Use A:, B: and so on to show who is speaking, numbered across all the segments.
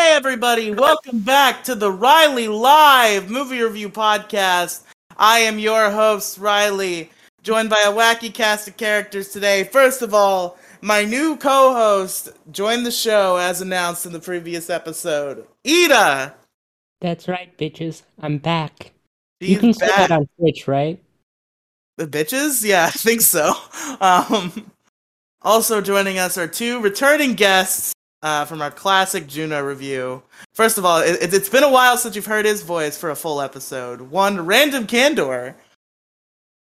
A: everybody. Welcome back to the Riley Live Movie Review Podcast. I am your host, Riley, joined by a wacky cast of characters today. First of all, my new co host joined the show as announced in the previous episode, Ida.
B: That's right, bitches. I'm back.
A: She's
B: you can see
A: back.
B: that on Twitch, right?
A: The bitches? Yeah, I think so. Um, also joining us are two returning guests uh, from our classic Juno review. First of all, it, it- it's been a while since you've heard his voice for a full episode. One, Random Candor.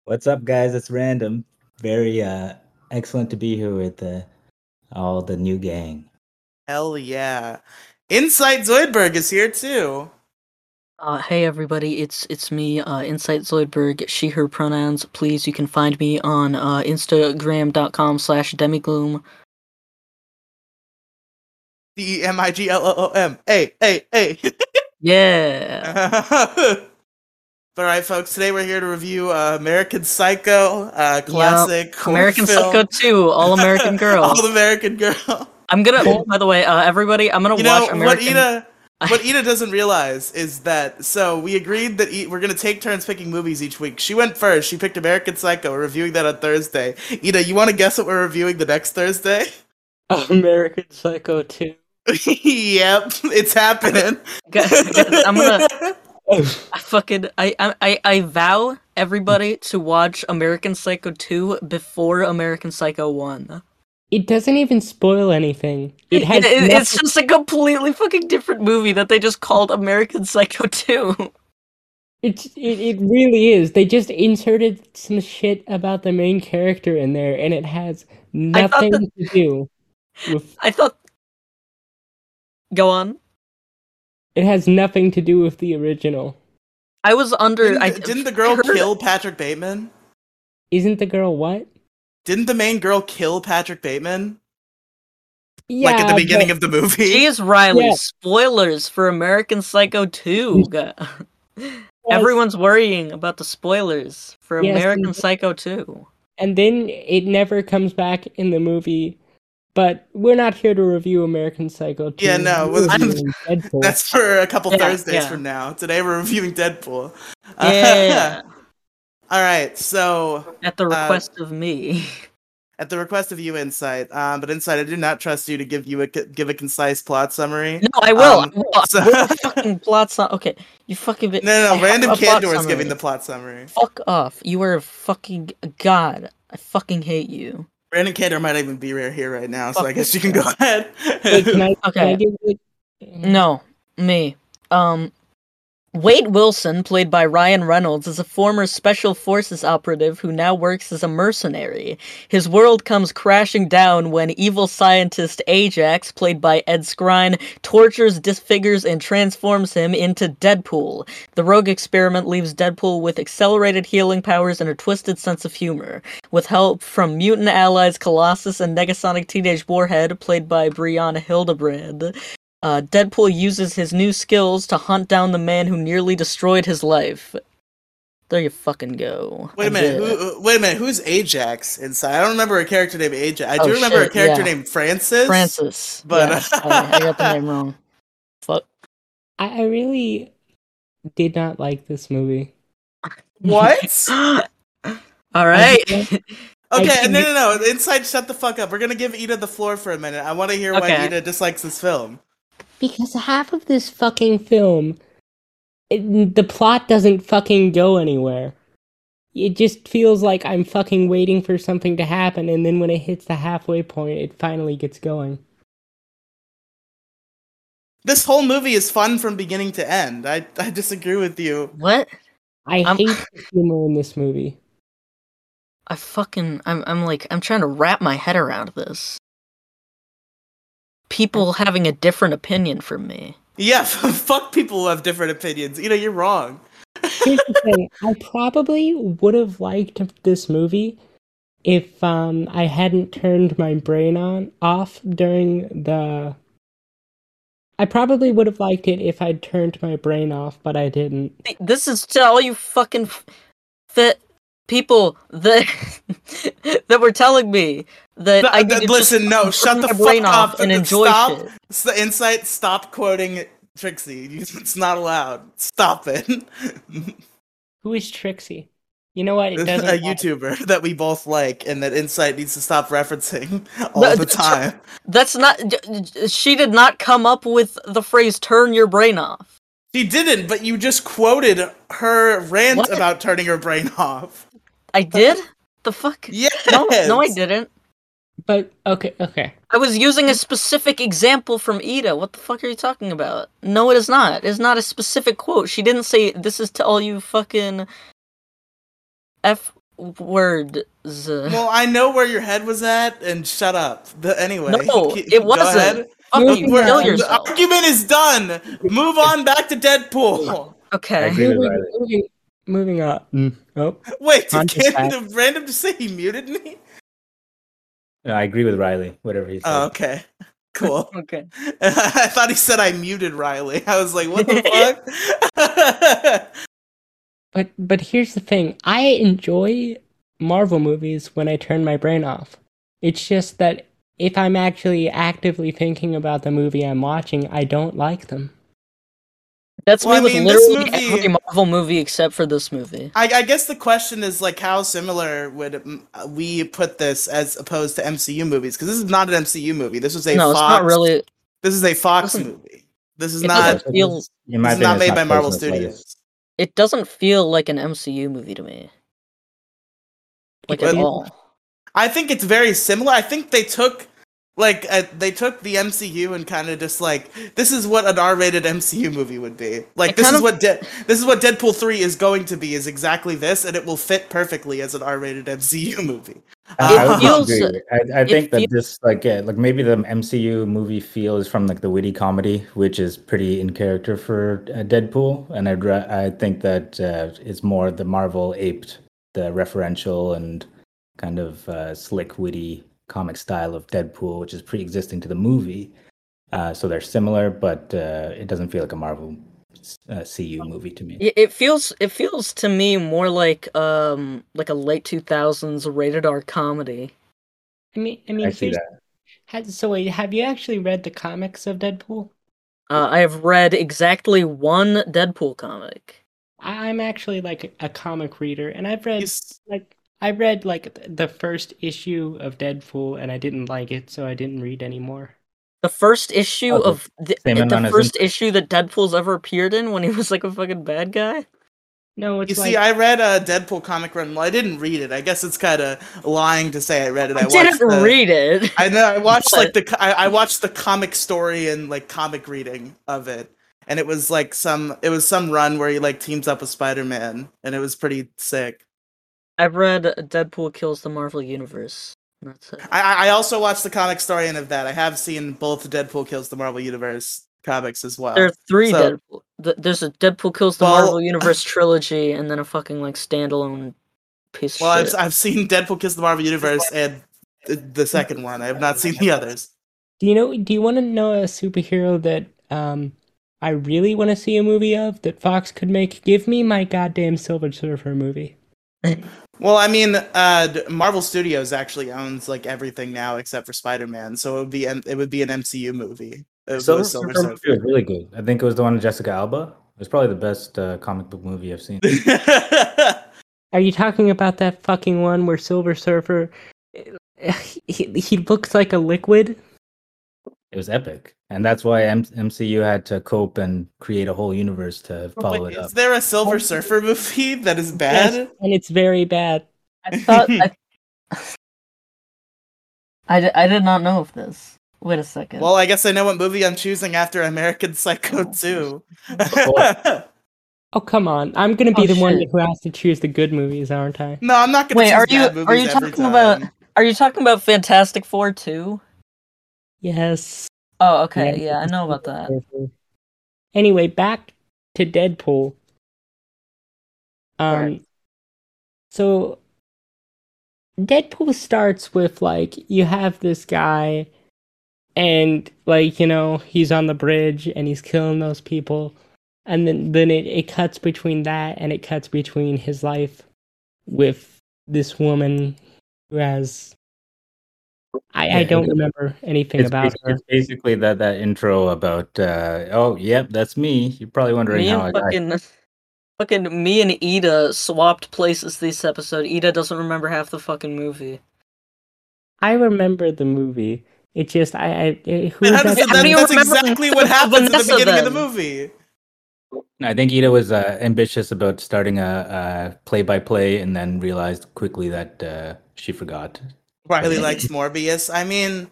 C: What's up, guys? It's Random. Very uh, excellent to be here with uh, all the new gang.
A: Hell yeah. Insight Zoidberg is here too.
D: Uh, hey everybody, it's it's me, uh, Insight Zoidberg. She her pronouns. Please, you can find me on uh, Instagram.com slash demigloom.
A: D E M I G L O O M. A A A.
D: Yeah,
A: All right, folks. Today we're here to review uh, American Psycho, uh, classic horror
D: American
A: film.
D: Psycho 2, All American Girl.
A: All American Girl.
D: I'm gonna. By the way, uh, everybody, I'm gonna
A: you know
D: watch American.
A: what Ida
D: I-
A: what Ida doesn't realize is that so we agreed that e- we're gonna take turns picking movies each week. She went first. She picked American Psycho. We're reviewing that on Thursday. Ida, you want to guess what we're reviewing the next Thursday?
B: American Psycho 2.
A: yep, it's happening.
D: Guys, guys, I'm gonna. I fucking. I, I I I vow everybody to watch American Psycho 2 before American Psycho 1.
B: It doesn't even spoil anything. It has
D: It- it- it's
B: nothing-
D: just a completely fucking different movie that they just called American Psycho 2.
B: it's, it, it really is. They just inserted some shit about the main character in there, and it has
D: I thought
B: nothing to do with
D: I thought. Go on.
B: it has nothing to do with the original.
D: I was under.
A: didn't,
D: I
A: didn't the
D: I
A: girl
D: heard-
A: kill Patrick Bateman?
B: Isn't the girl what?
A: Didn't the main girl kill Patrick Bateman?
B: Yeah,
A: like at the beginning
B: but
A: of the movie.
D: Jeez, Riley.
B: Yeah.
D: Spoilers for American Psycho 2.
B: yes,
D: Everyone's worrying about the spoilers for
B: Yes,
D: American
B: indeed.
D: Psycho 2.
B: and then it never comes back in the movie. But we're not here to review American Psycho 2.
A: Yeah, no,
B: We're
A: well, I'm-
B: reviewing Deadpool.
A: That's for a couple
D: Yeah,
A: Thursdays
D: yeah.
A: from now. Today we're reviewing Deadpool. Uh,
D: Yeah.
A: All right, so
D: At the
A: Uh,
D: request of me.
A: at the request of you, Insight, um, but Insight, I do not trust you to give you a c- give a concise plot summary.
D: No, I will.
A: um,
D: I will. I
A: so-
D: will fucking plot some. Okay. You fucking. bit-
A: No,
D: I
A: no, no
D: have
A: Random
D: a plot
A: Candor is giving
D: summary.
A: the plot summary.
D: Fuck off. You are a fucking god. I fucking hate you.
A: Random Candor might even be right here right now, so
D: Fuck
A: I guess
D: this
A: you can go ahead.
B: Wait, can I, can I
D: Okay.
B: give it?
D: No, me. Um, Wade Wilson, played by Ryan Reynolds, is a former Special Forces operative who now works as a mercenary. His world comes crashing down when evil scientist Ajax, played by Ed Skrine, tortures, disfigures, and transforms him into Deadpool. The rogue experiment leaves Deadpool with accelerated healing powers and a twisted sense of humor. With help from mutant allies Colossus and Negasonic Teenage Warhead, played by Brianna Hildebrand. Uh, Deadpool uses his new skills to hunt down the man who nearly destroyed his life. There you fucking go.
A: Wait
D: I
A: a minute.
D: did it.
A: Who, uh, wait a minute. Who's Ajax inside? I don't remember a character named Ajax. I do
D: Oh,
A: remember a
D: shit,
A: character
D: yeah.
A: named Francis.
D: Francis.
A: But-
D: But I, I got the name wrong. Fuck.
B: I, I really did not like this movie.
A: What?
D: All right.
B: I- I
A: Okay,
B: think
A: no, no, no. Inside, shut the fuck up. We're gonna give Ida the floor for a minute. I want to hear why
D: Okay.
A: Ida dislikes this film.
B: Because half of this fucking film, it, the plot doesn't fucking go anywhere. It just feels like I'm fucking waiting for something to happen, and then when it hits the halfway point, it finally gets going.
A: This whole movie is fun from beginning to end. I, I disagree with you.
D: What?
B: I
D: I'm-
B: hate the humor in this movie.
D: I fucking. I'm. I'm like. I'm trying to wrap my head around this. People having a different opinion from me.
A: Yeah, fuck people who have different opinions. Ida, you're wrong.
B: Here's the thing. I probably would have liked this movie if um, I hadn't turned my brain on off during the. I probably would have liked it if I'd turned my brain off, but I didn't.
D: This is to all you fucking f- fit people that that were telling me that
A: Th-
D: I
A: th-
D: needed to
A: uh, listen, no,
D: just
A: shut
D: turn
A: the
D: my brain
A: fuck
D: off
A: up
D: and enjoy
A: stop.
D: shit.
A: S- Insight, stop quoting Trixie. You- It's not allowed. Stop it.
B: Who is Trixie? You know what? It
A: a
B: doesn't. matter.
A: YouTuber that we both like and that Insight needs to stop referencing all
D: No,
A: the
D: th-
A: time.
D: That's not. j- j- She did not come up with the phrase "turn your brain off."
A: She didn't, but you just quoted her rant
D: What?
A: about turning her brain off.
D: I did. The fuck?
A: Yes.
D: No, no, I didn't.
B: But okay, okay.
D: I was using
A: Mm-hmm.
D: a specific example from Ida. What the fuck are you talking about? No, it is not. It's not a specific quote. She didn't say this is to all you fucking f words.
A: Well, I know where your head was at, and shut up. The, anyway,
D: No,
A: keep-
D: it
A: go
D: wasn't.
A: ahead.
D: Fucking
B: Moving
D: kill
B: on.
A: The
D: yourself.
A: argument is done. Move on back to Deadpool.
C: I
D: Okay.
C: agree with
B: Moving,
C: Riley.
B: moving, moving on. Mm, Oh,
A: Wait,
B: On
A: did
B: to fact.
A: Candy random just say he muted me?
C: No, I agree with Riley. Whatever he said.
A: Oh, okay. Cool.
D: Okay.
A: I thought he said I muted Riley. I was like, what the fuck?
B: but but here's the thing. I enjoy Marvel movies when I turn my brain off. It's just that if I'm actually actively thinking about the movie I'm watching, I don't like them.
D: That's
A: Well, I
D: me with
A: mean, this
D: literally
A: movie-
D: every Marvel movie except for this movie.
A: I, I guess the question is like, how similar would mm, we put this as opposed to MCU movies? Because this is not an MCU movie. This is a
D: no,
A: Fox.
D: it's not really.
A: This is a Fox
D: Doesn't-
A: movie. This is
D: It
A: not.
D: doesn't feel.
A: This
C: In my
A: Uh, is not
C: opinion, it's
A: made by Marvel
C: personal
A: Studios.
C: bias.
D: It doesn't feel like an MCU movie to me. Like at
A: But-
D: all.
A: I think it's very similar. I think they took like uh, they took the MCU and kind of just like this is what an R-rated MCU movie would be. Like
D: It
A: this
D: kind
A: is
D: of-
A: what De- this is what Deadpool 3 is going to be is exactly this and it will fit perfectly as an R-rated MCu movie.
C: I,
A: Uh,
C: would
D: feels-
C: disagree. I, I
D: it
C: think
D: feels-
C: that this like yeah, like maybe the MCU movie feels from like the witty comedy, which is pretty in character for uh, Deadpool, and I'd ra- I think that uh, it's more the Marvel aped the referential and kind of uh, slick witty comic style of Deadpool, which is pre-existing to the movie. Uh, so they're similar, but uh, it doesn't feel like a Marvel uh, CU movie to me.
D: Y- It feels it feels to me more like um like a late two thousands rated R comedy.
B: I mean, I mean,
C: I see
B: here's-
C: that.
B: ha- so wait, have you actually read the comics of Deadpool?
D: Uh, I have read exactly one Deadpool comic.
B: I- I'm actually like a comic reader, and I've read
A: He's-
B: like I read like th- the first issue of Deadpool, and I didn't like it, so I didn't read anymore.
D: The first issue
C: Oh, the
D: of the,
C: same amount
D: the
C: as
D: first issue that Deadpool's ever appeared in when he was like a fucking bad guy.
B: No,
A: You
B: it's
A: see, I
B: like
A: read a Deadpool comic run. Well, I didn't read it. I guess it's kind of lying to say I read it.
D: I,
A: watched
D: didn't
A: the-
D: read it.
A: I know. I watched
D: But-
A: like the co- I, I watched the comic story and like comic reading of it, and it was like some it was some run where he like teams up with Spider Man, and it was pretty sick.
D: I've read Deadpool kills the Marvel Universe. and That's it.
A: I- I I also watched the comic story and of that. I have seen both Deadpool kills the Marvel Universe comics as well.
D: There are three
A: Uh, so-
D: Deadpool. th- There's a Deadpool kills the
A: Well-
D: Marvel Universe trilogy, and then a fucking like standalone piece of
A: well, I've
D: shit.
A: I've seen Deadpool kills the Marvel Universe and the, the second one. I have not seen the others.
B: do you know? Do you want to know a superhero that um I really want to see a movie of that Fox could make? Give me my goddamn Silver Surfer movie.
A: Well, I mean, uh, d- Marvel Studios actually owns like everything now except for Spider Man, so it would be M- it would be an MCU movie. It
C: Silver
A: was
C: Surfer
A: Silver
C: movie was really good. I think it was the one with Jessica Alba. It was probably the best uh, comic book movie I've seen.
A: Surfer.
B: Are you talking about that fucking one where Silver Surfer? eh, He, he looks like a liquid.
C: It was epic, and that's why M- MCU had to cope and create a whole universe to follow
A: Wait,
C: it up.
A: Is there a Silver Surfer movie that is
B: Yes,
A: bad?
B: and it's very bad.
D: I thought I, I, di- I did not know of this. Wait a second.
A: Well, I guess I know what movie I'm choosing after American Psycho 2.
B: Oh come on! I'm gonna be
D: Oh,
B: the one
D: shit.
B: who has to choose the good movies, aren't I?
A: no, I'm not going to
D: Wait,
A: choose
D: are
A: bad
D: you- are
A: movies
D: you
A: every
D: talking about-
A: time.
D: Are you talking about Fantastic Four too?
B: Yes.
D: Oh, okay,
B: Yeah,
D: yeah, I know about that.
B: Anyway, back to Deadpool. Um,
D: Right.
B: so Deadpool starts with like you have this guy, and like you know he's on the bridge and he's killing those people, and then then it, it cuts between that and it cuts between his life with this woman who has I, I
C: Yeah,
B: don't
C: it's-
B: remember anything
C: It's,
B: about
C: basi-
B: her.
C: it's basically that that intro about uh, oh yep that's me. You're probably wondering
D: me
C: how I
D: and
C: got
D: fucking, fucking me and Ida swapped places this episode. Ida doesn't remember half the fucking movie.
B: I remember the movie. It just I, I it, who
A: But
B: was
A: how does
B: that?
A: that,
D: How do you
A: that's
D: remember
A: exactly
D: the-
A: what
D: the
A: happens at the
D: Vanessa
A: beginning of the
D: then?
A: movie.
C: No, I think Ida was uh, ambitious about starting a, a play-by-play, and then realized quickly that uh, she forgot.
A: Riley likes Morbius. I mean,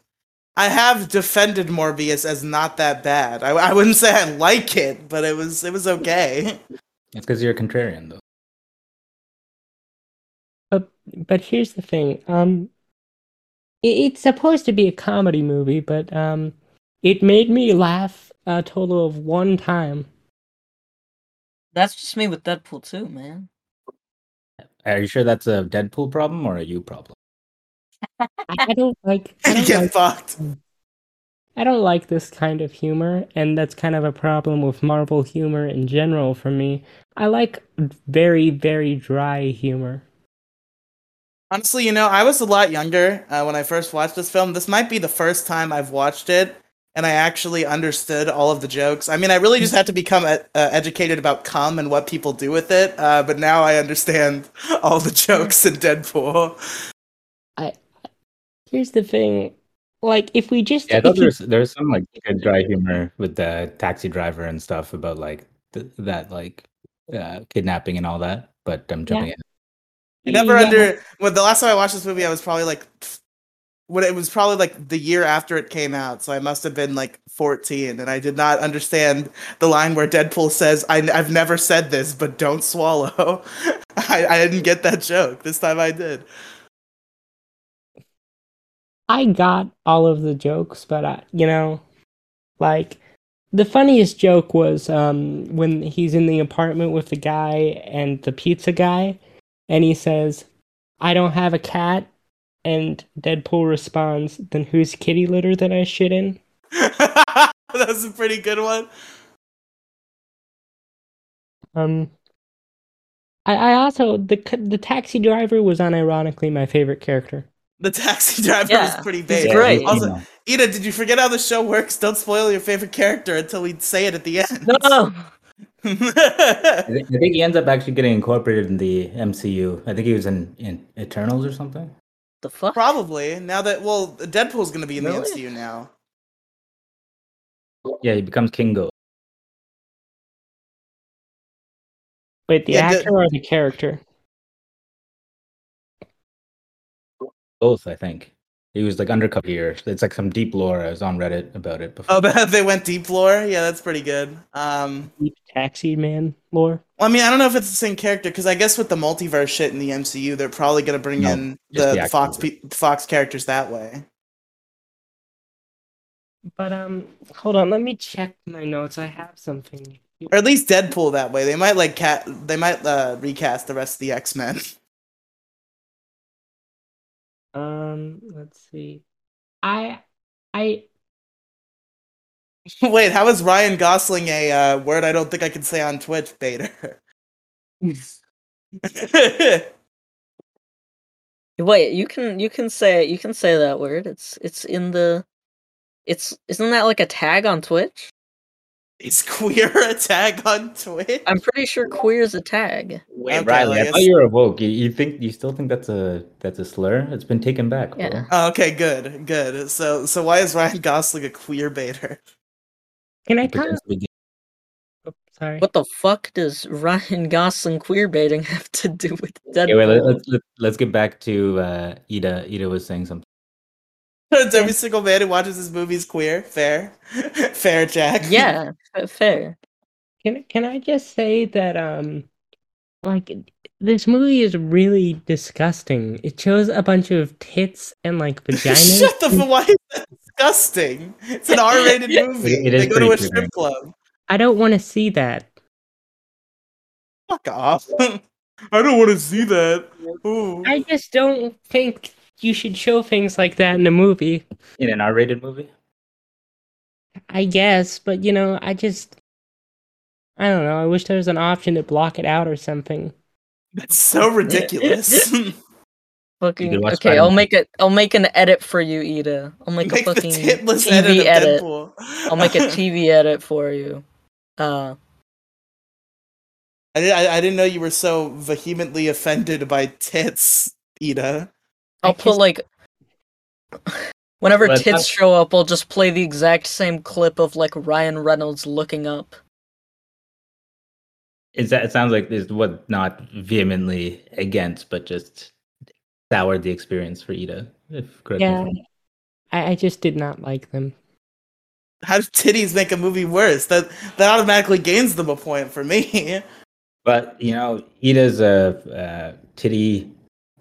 A: I have defended Morbius as not that bad. I, I wouldn't say I like it, but it was it was okay.
C: It's because you're a contrarian, though.
B: But here's the thing. Um it, it's supposed to be a comedy movie, but um it made me laugh a total of one time.
D: That's just me with Deadpool too, man.
C: Are you sure that's a Deadpool problem or a you problem?
B: I, I don't like I don't
A: Get
B: like
A: fucked.
B: I don't like this kind of humor, and that's kind of a problem with Marvel humor in general for me. I like very, very dry humor.
A: Honestly, you know, I was a lot younger uh, when I first watched this film. This might be the first time I've watched it and I actually understood all of the jokes. I mean, I really just had to become uh, uh, educated about cum and what people do with it, uh, but now I understand all the jokes in Deadpool.
B: Here's the thing, like if we just
C: Yeah, I
B: if
C: thought
B: you-
C: there's there's some like good dry humor with the taxi driver and stuff about like th- that like uh, kidnapping and all that. But I'm jumping in.
A: I never
B: yeah,
A: under well the last time I watched this movie I was probably like pff, when it was probably like the year after it came out, so I must have been like 14 and I did not understand the line where Deadpool says, I have never said this, but don't swallow. I, I didn't get that joke. This time I did.
B: I got all of the jokes, but I, you know, like the funniest joke was um when he's in the apartment with the guy and the pizza guy, and he says, "I don't have a cat," and Deadpool responds, "Then whose kitty litter that I shit in?"
A: that was a pretty good one.
B: Um, I, I also the c- the taxi driver was unironically my favorite character.
A: The taxi driver
D: Yeah,
A: was pretty
D: he's
A: big.
D: great.
C: you
A: Also,
C: know.
A: Ida, did you forget how the show works? Don't spoil your favorite character until we say it at the end.
D: No,
C: I, think, I think he ends up actually getting incorporated in the MCU. I think he was in, in Eternals or something.
D: the fuck.
A: Probably. Now that well, Deadpool's gonna be in
D: Really?
A: the MCU now.
C: Yeah, he becomes Kingo.
B: Wait, the
A: Yeah, the-
B: actor or the character?
C: both i think he was like undercover here it's like some deep lore i was on reddit about it before
A: Oh, but they went deep lore. Yeah, that's pretty good. Um,
B: Deep Taxi man lore.
A: well, I mean, I don't know if it's the same character because I guess with the multiverse shit in the MCU, they're probably gonna bring
C: No,
A: in the,
C: just the
A: the Fox
C: actors.
A: pe- Fox characters that way.
B: But um, hold on, let me check my notes. I have something.
A: or at least Deadpool that way. They might like cat. They might uh, recast the rest of the X Men.
B: Um, let's see. I I
A: Wait, how is Ryan Gosling a uh, word I don't think I can say on Twitch baiter?
D: Wait, you can you can say you can say that word. It's it's in the, it's isn't that like a tag on Twitch?
A: Is queer a tag on Twitch?
D: I'm pretty sure queer is a tag.
C: wait
A: okay,
C: riley
A: I
C: i,
A: guess-
C: thought you were woke you, you think you still think that's a that's a slur it's been taken back bro.
D: Yeah.
A: Oh, okay, good, good. So, so why is Ryan Gosling a queer baiter?
B: can I comment?
C: It pretends to be gay.
B: Oh, sorry.
D: What the fuck does Ryan Gosling queer baiting have to do with Deadpool?
C: okay wait let, let's let, let's get back to uh ida ida was saying something
A: Turns every single man who watches this movie is queer. Fair, fair, Jack.
D: yeah, fa- fair.
B: Can can I just say that um like this movie is really disgusting. It shows a bunch of tits and like vaginas.
A: Shut the f- why is that disgusting? It's an R-rated movie.
C: It- it
A: they
C: is
A: go to a
C: pretty
A: strip
C: triggering.
A: club.
B: I don't want to see that.
A: Fuck off. I don't want to see that. Ooh.
B: I just don't think you should show things like that in a movie.
C: in an r-rated movie
B: I guess, but you know, I just I don't know. I wish there was an option to block it out or something.
A: That's so ridiculous.
D: Fucking
C: can watch
D: okay.
C: Spider-Man.
D: I'll make it. I'll make an edit for you, Ida. I'll make,
A: Make
D: a
A: the
D: fucking
A: titless
D: TV
A: edit of
D: edit.
A: Deadpool.
D: I'll make a TV edit for you. Uh,
A: I, did, I, I didn't know you were so vehemently offended by tits, Ida.
D: I'll put like whenever
C: But
D: tits
C: I-
D: show up, I'll just play the exact same clip of like Ryan Reynolds looking up.
C: Is that it sounds like is what not vehemently against, but just soured the experience for Ida. If correct me if
B: Yeah.
C: I'm-
B: I, I just did not like them.
A: How do titties make a movie worse? That that automatically gains them a point for me.
C: But you know, Ida's uh, uh, titty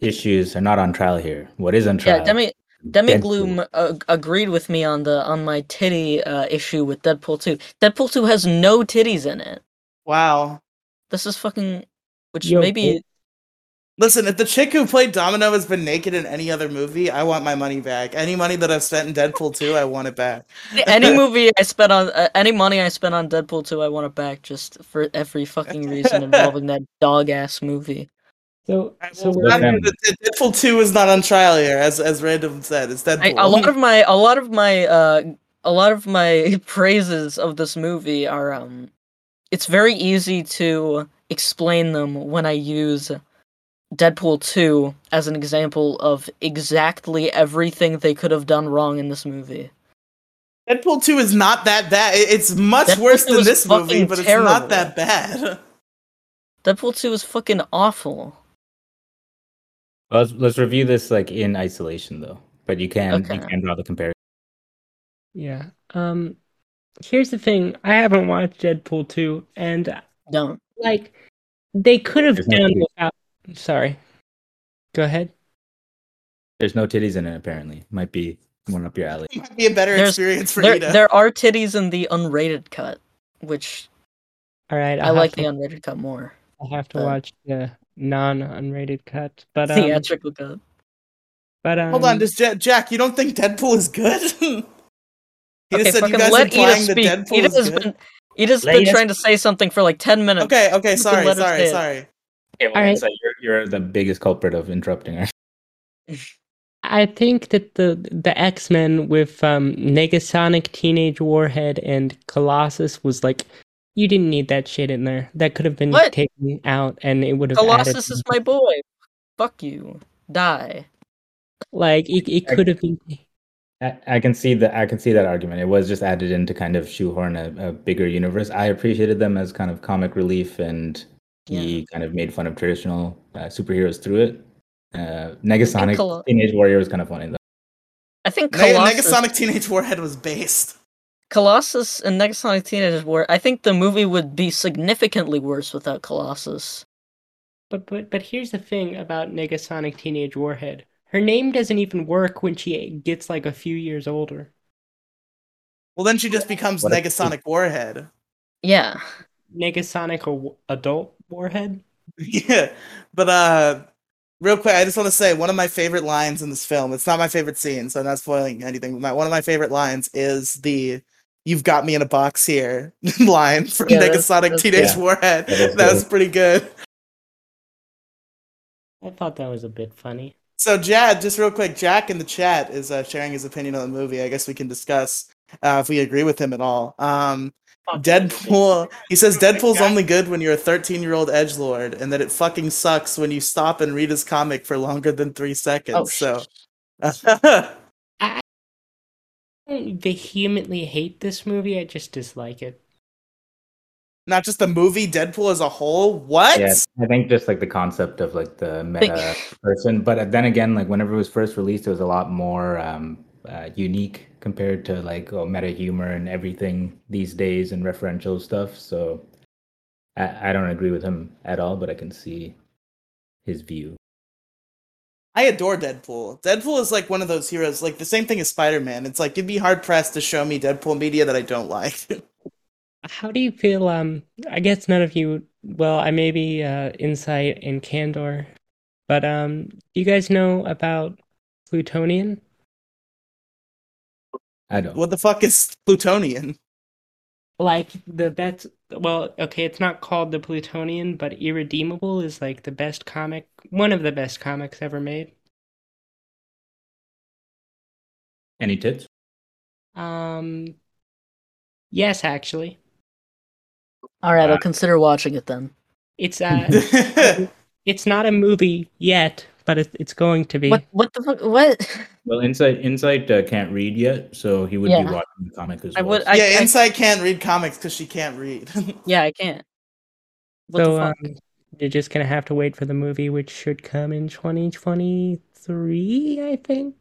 C: issues are not on trial here. What is on trial?
D: Yeah, Demi Demi
C: Deadpool.
D: Gloom uh, agreed with me on the on my titty uh, issue with Deadpool two. Deadpool two has no titties in it.
A: Wow.
D: This is fucking, which
B: Yo,
D: maybe
A: Listen, if the chick who played Domino has been naked in any other movie, I want my money back. Any money that I've spent in Deadpool 2, I want it back.
D: any movie I spent on uh, any money I spent on Deadpool two, I want it back just for every fucking reason involving that dog ass movie.
B: So, so
C: well,
B: we're-
C: that-
A: I'm- Deadpool 2 is not on trial here, as as Random said. It's
D: I,
A: Deadpool.
D: a lot of my a lot of my uh a lot of my praises of this movie are um it's very easy to explain them when I use Deadpool 2 as an example of exactly everything they could have done wrong in this movie.
A: Deadpool 2 is not that bad. It- It's much
D: Deadpool
A: worse
D: 2
A: than
D: is
A: this movie,
D: fucking
A: but it's
D: terrible.
A: not that bad.
D: Deadpool 2 is fucking awful.
C: Well, let's, let's review this like in isolation though. But you can
D: Okay.
C: you can draw the comparison.
B: yeah. Um, here's the thing. I haven't watched Deadpool two, and
D: Don't.
B: like they could have
C: There's no
B: done
C: titties.
B: without. Sorry. Go ahead.
C: There's no titties in it apparently. Might be one up your alley.
A: It might be a better
D: There's-
A: experience for
D: There
A: Ida.
D: there are titties in the unrated cut, which
B: All right.
D: I
B: I'll
D: like
B: have
D: the
B: to,
D: unrated cut more.
B: I'll have to
D: uh,
B: watch the non-unrated cut, but um,
D: Theatrical cut.
B: but um,
A: Hold on, does ja- Jack, you don't think Deadpool is good? he just said you
D: fucking
A: guys
D: let Ida
A: implying that
D: speak.
A: Deadpool
D: Ida
A: is
D: has
A: good?
D: been Ida's
C: Let
D: been
C: Ida
D: trying to say something for like ten minutes.
A: Okay, okay, sorry,
D: let her
A: sorry,
D: say it.
A: sorry.
C: Okay, well,
B: All right.
C: so you're, you're the biggest culprit of interrupting her.
B: I think that the the X Men with um, Negasonic, Teenage Warhead, and Colossus was like, you didn't need that shit in there. That could have been
D: What?
B: taken out, and it would have added,
D: Colossus is my boy. Fuck you. Die.
B: like it, it
C: I-
B: could have been.
C: I, I can see that. I can see that argument. It was just added in to kind of shoehorn a, a bigger universe. I appreciated them as kind of comic relief, and he kind of made fun of traditional uh, superheroes through it. Uh, Negasonic
D: Colo-
C: Teenage Warrior was kind of funny though.
D: I think
A: Neg-
D: Colossus,
A: Negasonic Teenage Warhead was based.
D: Colossus and Negasonic Teenage War. I think the movie would be significantly worse without Colossus.
B: But but but here's the thing about Negasonic, Teenage Warhead. Her name doesn't even work when she gets like a few years older.
A: Well, then she just becomes
C: What a-
A: Negasonic Warhead.
D: Yeah.
B: Negasonic a- adult warhead.
A: yeah, but uh, real quick, I just want to say one of my favorite lines in this film. It's not my favorite scene, so I'm not spoiling anything. My, one of my favorite lines is the "You've got me in a box here" line from
D: Yeah, that's-
A: Negasonic
D: that's-
A: Teenage
C: Yeah.
A: Warhead.
C: That is
A: That was
C: good.
A: pretty good.
B: I thought that was a bit funny.
A: So, Jad, just real quick, Jack in the chat is uh, sharing his opinion on the movie. I guess we can discuss uh, if we agree with him at all. Um, Deadpool. He says Deadpool's only good when you're a 13 year old edge lord, and that it fucking sucks when you stop and read his comic for longer than three seconds.
D: Oh,
A: so,
D: sh-
B: I don't vehemently hate this movie. I just dislike it.
A: not just the movie, Deadpool as a whole. What?
C: Yeah, I think just like the concept of like the
D: Think-
C: meta person, but uh, then again, like whenever it was first released, it was a lot more um, uh, unique compared to like oh, meta humor and everything these days and referential stuff. So I, I don't agree with him at all, but I can see his view.
A: I adore Deadpool. Deadpool is like one of those heroes, like the same thing as Spider Man. It's like you'd be hard pressed to show me Deadpool media that I don't like.
B: How do you feel? Um, I guess none of you. Well, I maybe uh, insight and candor, but um, do you guys know about plutonian?
C: I don't.
A: what the fuck is Plutonian?
B: Like the best. Well, okay, it's not called the plutonian, but Irredeemable is like the best comic, one of the best comics ever made.
C: Any tits?
B: Um, yes, actually,
D: All right,
C: Uh,
D: I'll consider watching it then.
B: it's uh, it's not a movie yet, but it, it's going to be.
D: What? What the fuck? What?
C: Well, Insight Insight uh, can't read yet, so he would
D: Yeah.
C: be watching the comic as
D: I
C: well.
D: would- I-
A: yeah, Insight can't read comics because she can't read.
D: Yeah, I can't. What
B: so
D: the
B: um,
D: fuck?
B: you're just gonna have to wait for the movie, which should come in 2023, I think.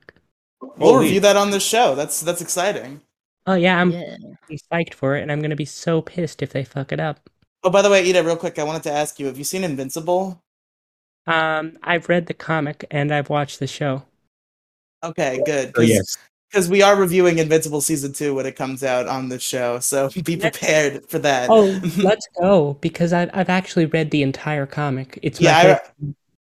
A: we'll
C: Holy-
A: review that on the show. That's that's exciting.
B: Oh yeah, I'm
D: yeah.
B: psyched for it, and I'm gonna be so pissed if they fuck it up.
A: Oh, by the way, Ida, real quick, I wanted to ask you: Have you seen Invincible?
B: Um, I've read the comic and I've watched the show.
A: Okay, good.
C: Oh, yes.
A: because we are reviewing Invincible season two when it comes out on the show, so be prepared for that.
B: Oh, let's go because I've I've actually read the entire comic. It's
A: Yeah,
B: my
A: I-
B: favorite,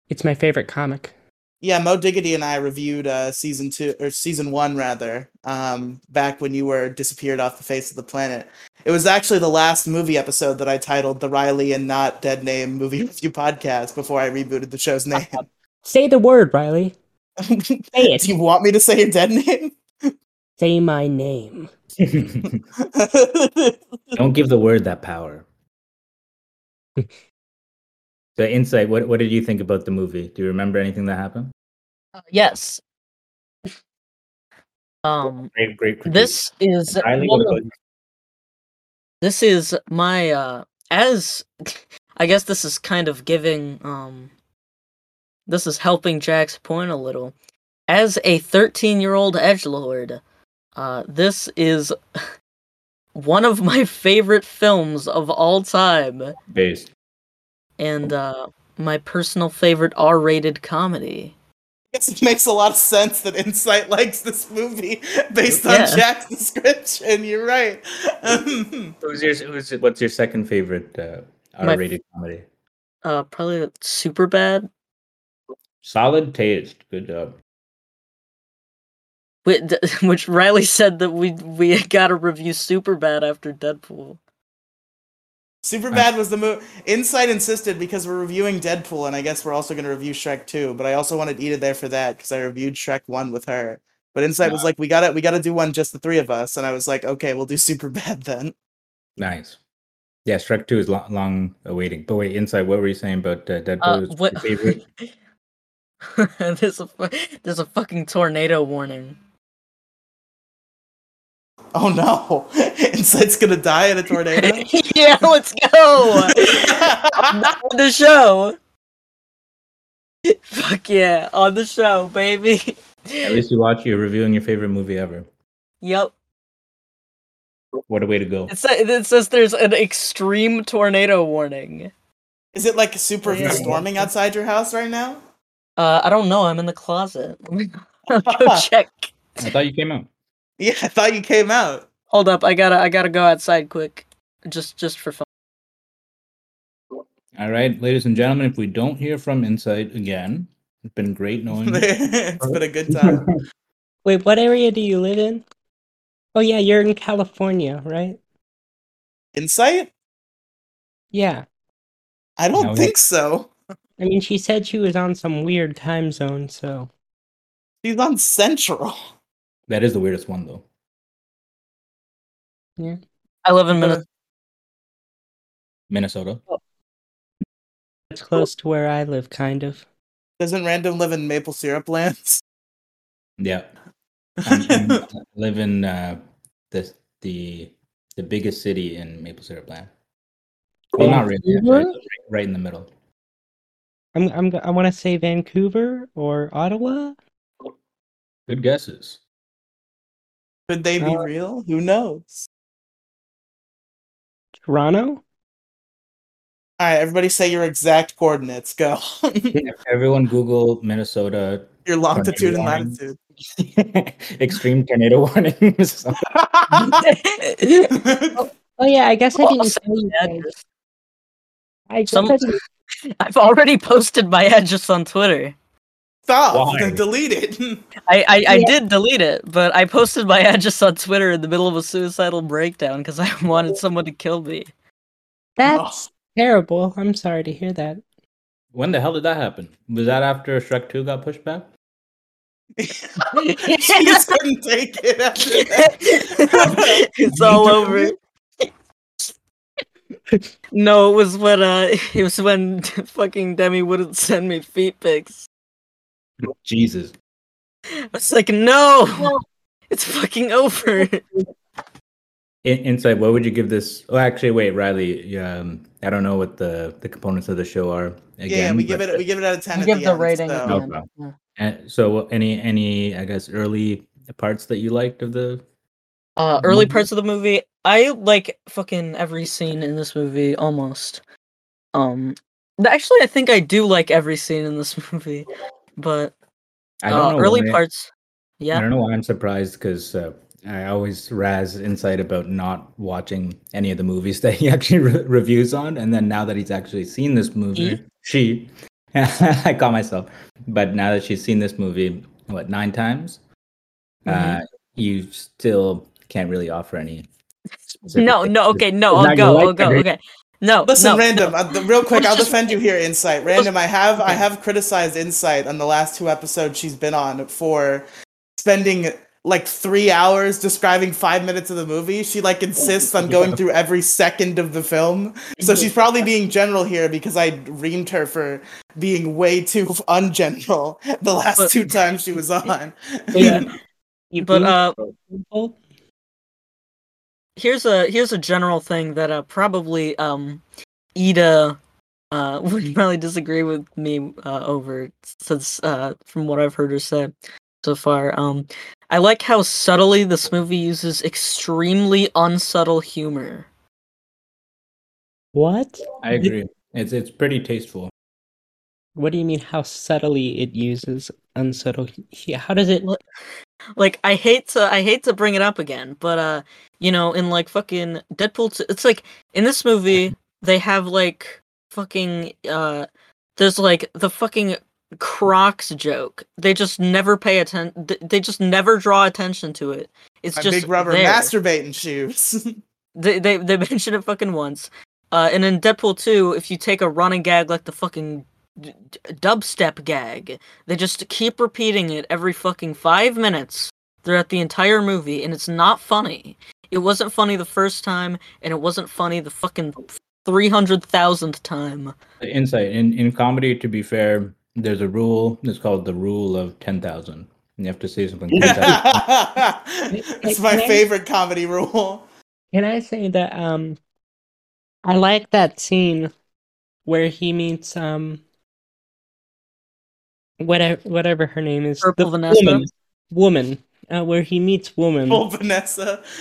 B: it's my favorite comic.
A: Yeah, Mo Diggity and I reviewed uh, season two or season one rather um, back when you were disappeared off the face of the planet. It was actually the last movie episode that I titled the Riley and Not Dead Name Movie Review Podcast before I rebooted the show's name.
B: Say the word, Riley.
A: Do
B: Say it.
A: you want me to say your dead name?
B: Say my name.
C: Don't give the word that power. so, Insight, what, what did you think about the movie? Do you remember anything that happened?
D: Uh, yes. Um.
C: Great, great. critique.
D: This is
C: Riley,
D: one
C: what
D: of-
C: about you?
D: this is my uh as i guess this is kind of giving um this is helping jack's point a little as a 13 year old edge lord uh this is one of my favorite films of all time
C: based?
D: and uh my personal favorite r-rated comedy
A: guess it makes a lot of sense that Insight likes this movie based on
D: Yeah.
A: Jack's description. You're right. Um,
C: Who's your, who's, what's your second favorite uh,
D: My-
C: R-rated comedy?
D: uh probably super bad
C: Solid taste. Good job.
D: which riley said that we we gotta review super bad after deadpool
A: Superbad was the movie. Insight insisted because we're reviewing Deadpool, and I guess we're also going to review Shrek 2. But I also wanted Ida there for that because I reviewed Shrek 1 with her. But Insight was like, "We got to We got to do one just the three of us." And I was like, "Okay, we'll do Superbad then."
C: Nice. Yeah, Shrek 2 is long, long awaiting. But wait, Insight, what were you saying about uh, Deadpool? is
D: what-
C: your favorite?
D: there's a fu- there's a fucking tornado warning.
A: Oh no, Insight's gonna die in a tornado.
D: yeah, let's go. Not on the show. Fuck yeah, on the show, baby.
C: At least you watch, you're reviewing your favorite movie ever.
D: Yep.
C: What a way to go.
D: It, sa- it says there's an extreme tornado warning.
A: Is it like super
D: Yeah.
A: storming outside your house right now?
D: Uh, I don't know. I'm in the closet. Let me I'll go check.
C: I thought you came out.
A: Yeah, I thought you came out.
D: Hold up. I gotta I gotta go outside quick. Just just for fun.
C: All right, ladies and gentlemen, if we don't hear from Insight again, it's been great knowing you.
A: it's been a good time.
B: Wait, what area do you live in? Oh yeah, you're in California, right?
A: Insight?
B: Yeah.
A: I don't
C: No, we-
A: think so.
B: I mean, she said she was on some weird time zone, so
A: She's on Central.
C: that is the weirdest one, though.
D: Eleven minutes.
C: Minnesota.
B: it's close to where I live, kind of.
A: Doesn't Random live in Maple Syrup Lands?
C: Yeah. I'm- I'm- I live in uh, the, the the biggest city in Maple Syrup Land. Well, not really. actually,
B: Vancouver?
C: it's right- right in the middle.
B: I'm I'm go- I want to say Vancouver or Ottawa.
C: Good guesses.
A: Could they be
B: Uh,
A: real? Who knows?
B: Toronto?
A: All right, everybody say your exact coordinates. Go.
C: Everyone Google Minnesota
A: your longitude and
C: Tornado
A: latitude.
C: extreme tornado warnings.
B: Oh yeah, I guess I
D: Well,
B: didn't
D: I'll
B: tell you guys.
D: address.
B: I guess
D: Some-
B: I didn't-
D: I've already posted my address on Twitter.
A: Stop.
C: Why?
A: Delete it.
D: I, I, I
B: Yeah.
D: did delete it, but I posted my address on Twitter in the middle of a suicidal breakdown because I wanted someone to kill me.
B: That's terrible. I'm sorry to hear that.
C: when the hell did that happen? Was that after Shrek 2 got pushed back?
A: she just couldn't take it after that.
D: it's all over. no, it was when uh, it was when fucking Demi wouldn't send me feet pics.
C: Jesus.
D: I was like, no, it's fucking over.
C: In- Insight, what would you give this? Oh, actually, wait, Riley. Um, I don't know what the, the components of the show are. Again,
A: yeah, we give
C: but-
A: it we give it out of ten.
D: We
A: at
D: give the
A: end,
D: rating
A: so-
D: at the
C: Okay.
D: end.
C: And so, any any I guess early parts that you liked of the
D: Uh, early
C: Mhm.
D: parts of the movie, I like fucking every scene in this movie almost. Um, th- actually, I think I do like every scene in this movie, but
C: I don't
D: uh,
C: know
D: early
C: why-
D: parts.
C: I
D: Yeah,
C: don't know why I'm surprised because uh, I always razz Insight about not watching any of the movies that he actually re- reviews on, and then now that he's actually seen this movie, she, I caught myself, but now that she's seen this movie, what nine times,
D: mm-hmm.
C: uh, you still can't really offer any. specific
D: no,
C: things.
D: no, okay, no,
C: It's
D: I'll
C: not
D: go,
C: gonna
D: I'll
C: like
D: go,
C: every-
D: okay, no,
A: Listen,
D: no,
A: random. uh, th- real quick,
D: Let's
A: I'll
D: just-
A: defend you here, Insight. Random, I have I have criticized Insight on the last two episodes she's been on for spending like three hours describing five minutes of the movie. She like insists on going through every second of the film. So she's probably being general here because I reamed her for being way too ungeneral the
D: But-
A: last two times she was on.
B: Yeah. You
D: But,
B: mean
A: Mm-hmm.
D: uh,
B: people?
D: here's a here's a general thing that uh probably um Ida uh would probably disagree with me uh over since uh from what I've heard her say so far. Um I like how subtly this movie uses extremely unsubtle humor.
B: what?
C: I agree. It's it's pretty tasteful.
B: What do you mean? How subtly it uses unsubtle? hu- How does it?
D: Well, Like I hate to I hate to bring it up again, but uh you know in like fucking Deadpool 2, it's like in this movie they have like fucking uh there's like the fucking Crocs joke. They just never pay attention. They just never draw attention to it. It's
A: My
D: just
A: big rubber
D: there.
A: masturbating shoes.
D: They they they mention it fucking once. Uh, and in Deadpool 2, if you take a running gag like the fucking d- d- dubstep gag, they just keep repeating it every fucking five minutes throughout the entire movie, and it's not funny. It wasn't funny the first time, and it wasn't funny the fucking 300,000th time.
C: Insight in in comedy. To be fair, there's a rule. It's called the rule of ten thousand. You have to say something. 10,000
A: it's my favorite comedy rule.
B: Can I say that? Um, I like that scene where he meets um, whatever whatever her name is,
D: Purple
B: the
D: Vanessa?
B: woman, woman, uh, where he meets woman.
A: Full Vanessa.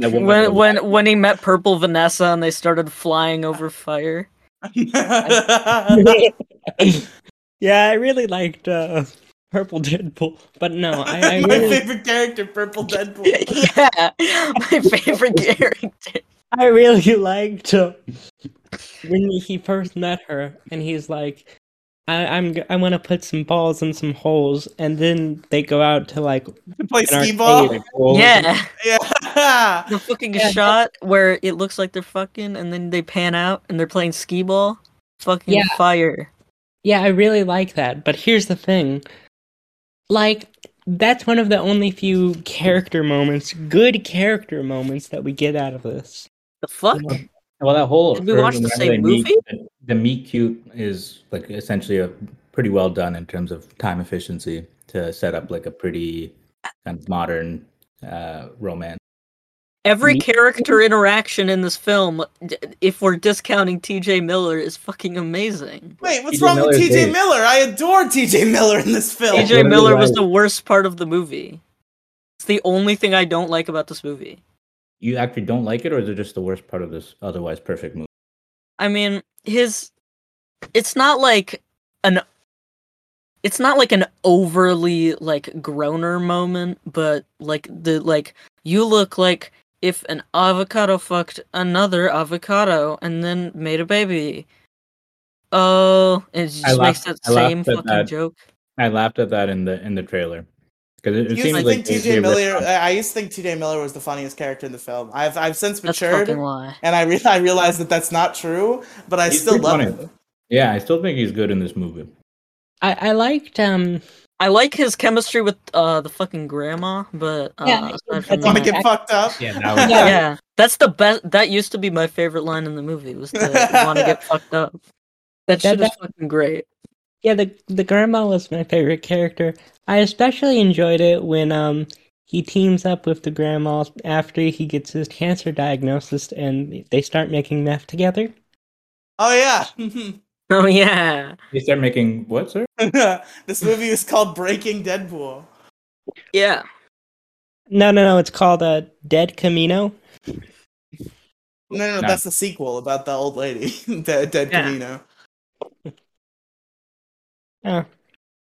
C: That woman
D: When,
C: was-
D: when, when he met Purple Vanessa and they started flying over fire.
B: yeah, I really liked uh, Purple Deadpool, but no, I, I
A: my
B: really,
A: favorite character, Purple Deadpool.
D: yeah, my favorite character.
B: I really liked uh, when he first met her, and he's like, I, "I'm g- I want to put some balls in some holes," and then they go out to like
A: Play
B: an
A: skee ball.
B: arcade.
C: Well,
D: Yeah.
A: Yeah.
D: the fucking
B: Yeah.
D: shot where it looks like they're fucking and then they pan out and they're playing skee ball. Fucking
B: Yeah.
D: fire.
B: Yeah, I really like that. But here's the thing. Like, that's one of the only few character moments, good character moments that we get out of this.
D: The fuck?
C: Well, that whole
D: Did we watch the
C: whenever
D: same
C: they meet,
D: movie?
C: The, the meet cute is like essentially a pretty well done in terms of time efficiency to set up like a pretty kind of modern uh, romance.
D: Every
B: Me-
D: character interaction in this film, d- if we're discounting TJ Miller, is fucking amazing.
A: Wait, what's
C: T.J.
A: wrong with
C: Miller's
A: TJ
C: gay.
A: Miller? I adore TJ Miller in this film.
C: Yeah.
D: TJ Miller was
C: Right.
D: the worst part of the movie. It's the only thing I don't like about this movie.
C: You actually don't like it, or is it just the worst part of this otherwise perfect movie?
D: I mean, his it's not like an it's not like an overly like groaner moment, but like the like you look like if an avocado fucked another avocado and then made a baby. Oh, and it just makes
C: laughed-
D: that
C: I laughed
D: same
C: at
D: fucking
C: that.
D: joke.
C: I laughed at that in the in the trailer because it,
A: You
C: it
A: used
C: seems
A: to
C: like
A: think
C: they-
A: TJ
C: they ripped
A: Miller. uh,
C: off-
A: I I used to think TJ Miller was the funniest character in the film. I've I've since
D: That's
A: matured,
D: fucking lie.
A: and I re- I realize that that's not true. But I
C: He's
A: still
C: pretty
A: love
C: funny.
A: him.
C: Yeah, I still think he's good in this movie.
B: I, I liked um
D: I like his chemistry with uh the fucking grandma, but uh,
B: Yeah,
D: aside
B: I
D: from
A: Want to
D: that,
A: get fucked up?
C: Yeah, that was-
B: Yeah.
D: yeah, that's the best. That used to be my favorite line in the movie was the want to get fucked up. That
B: That-
D: shit is fucking great.
B: Yeah, the the grandma was my favorite character. I especially enjoyed it when um he teams up with the grandma after he gets his cancer diagnosis and they start making meth together.
A: Oh yeah.
D: Oh yeah,
C: They start making what, sir?
A: this movie is called Breaking Deadpool.
D: yeah.
B: No, no, no, it's called uh, Dead Camino.
A: No, no, no,
C: No.
A: that's the sequel about the old lady, Dead, Dead
D: Yeah.
A: Camino.
B: Oh.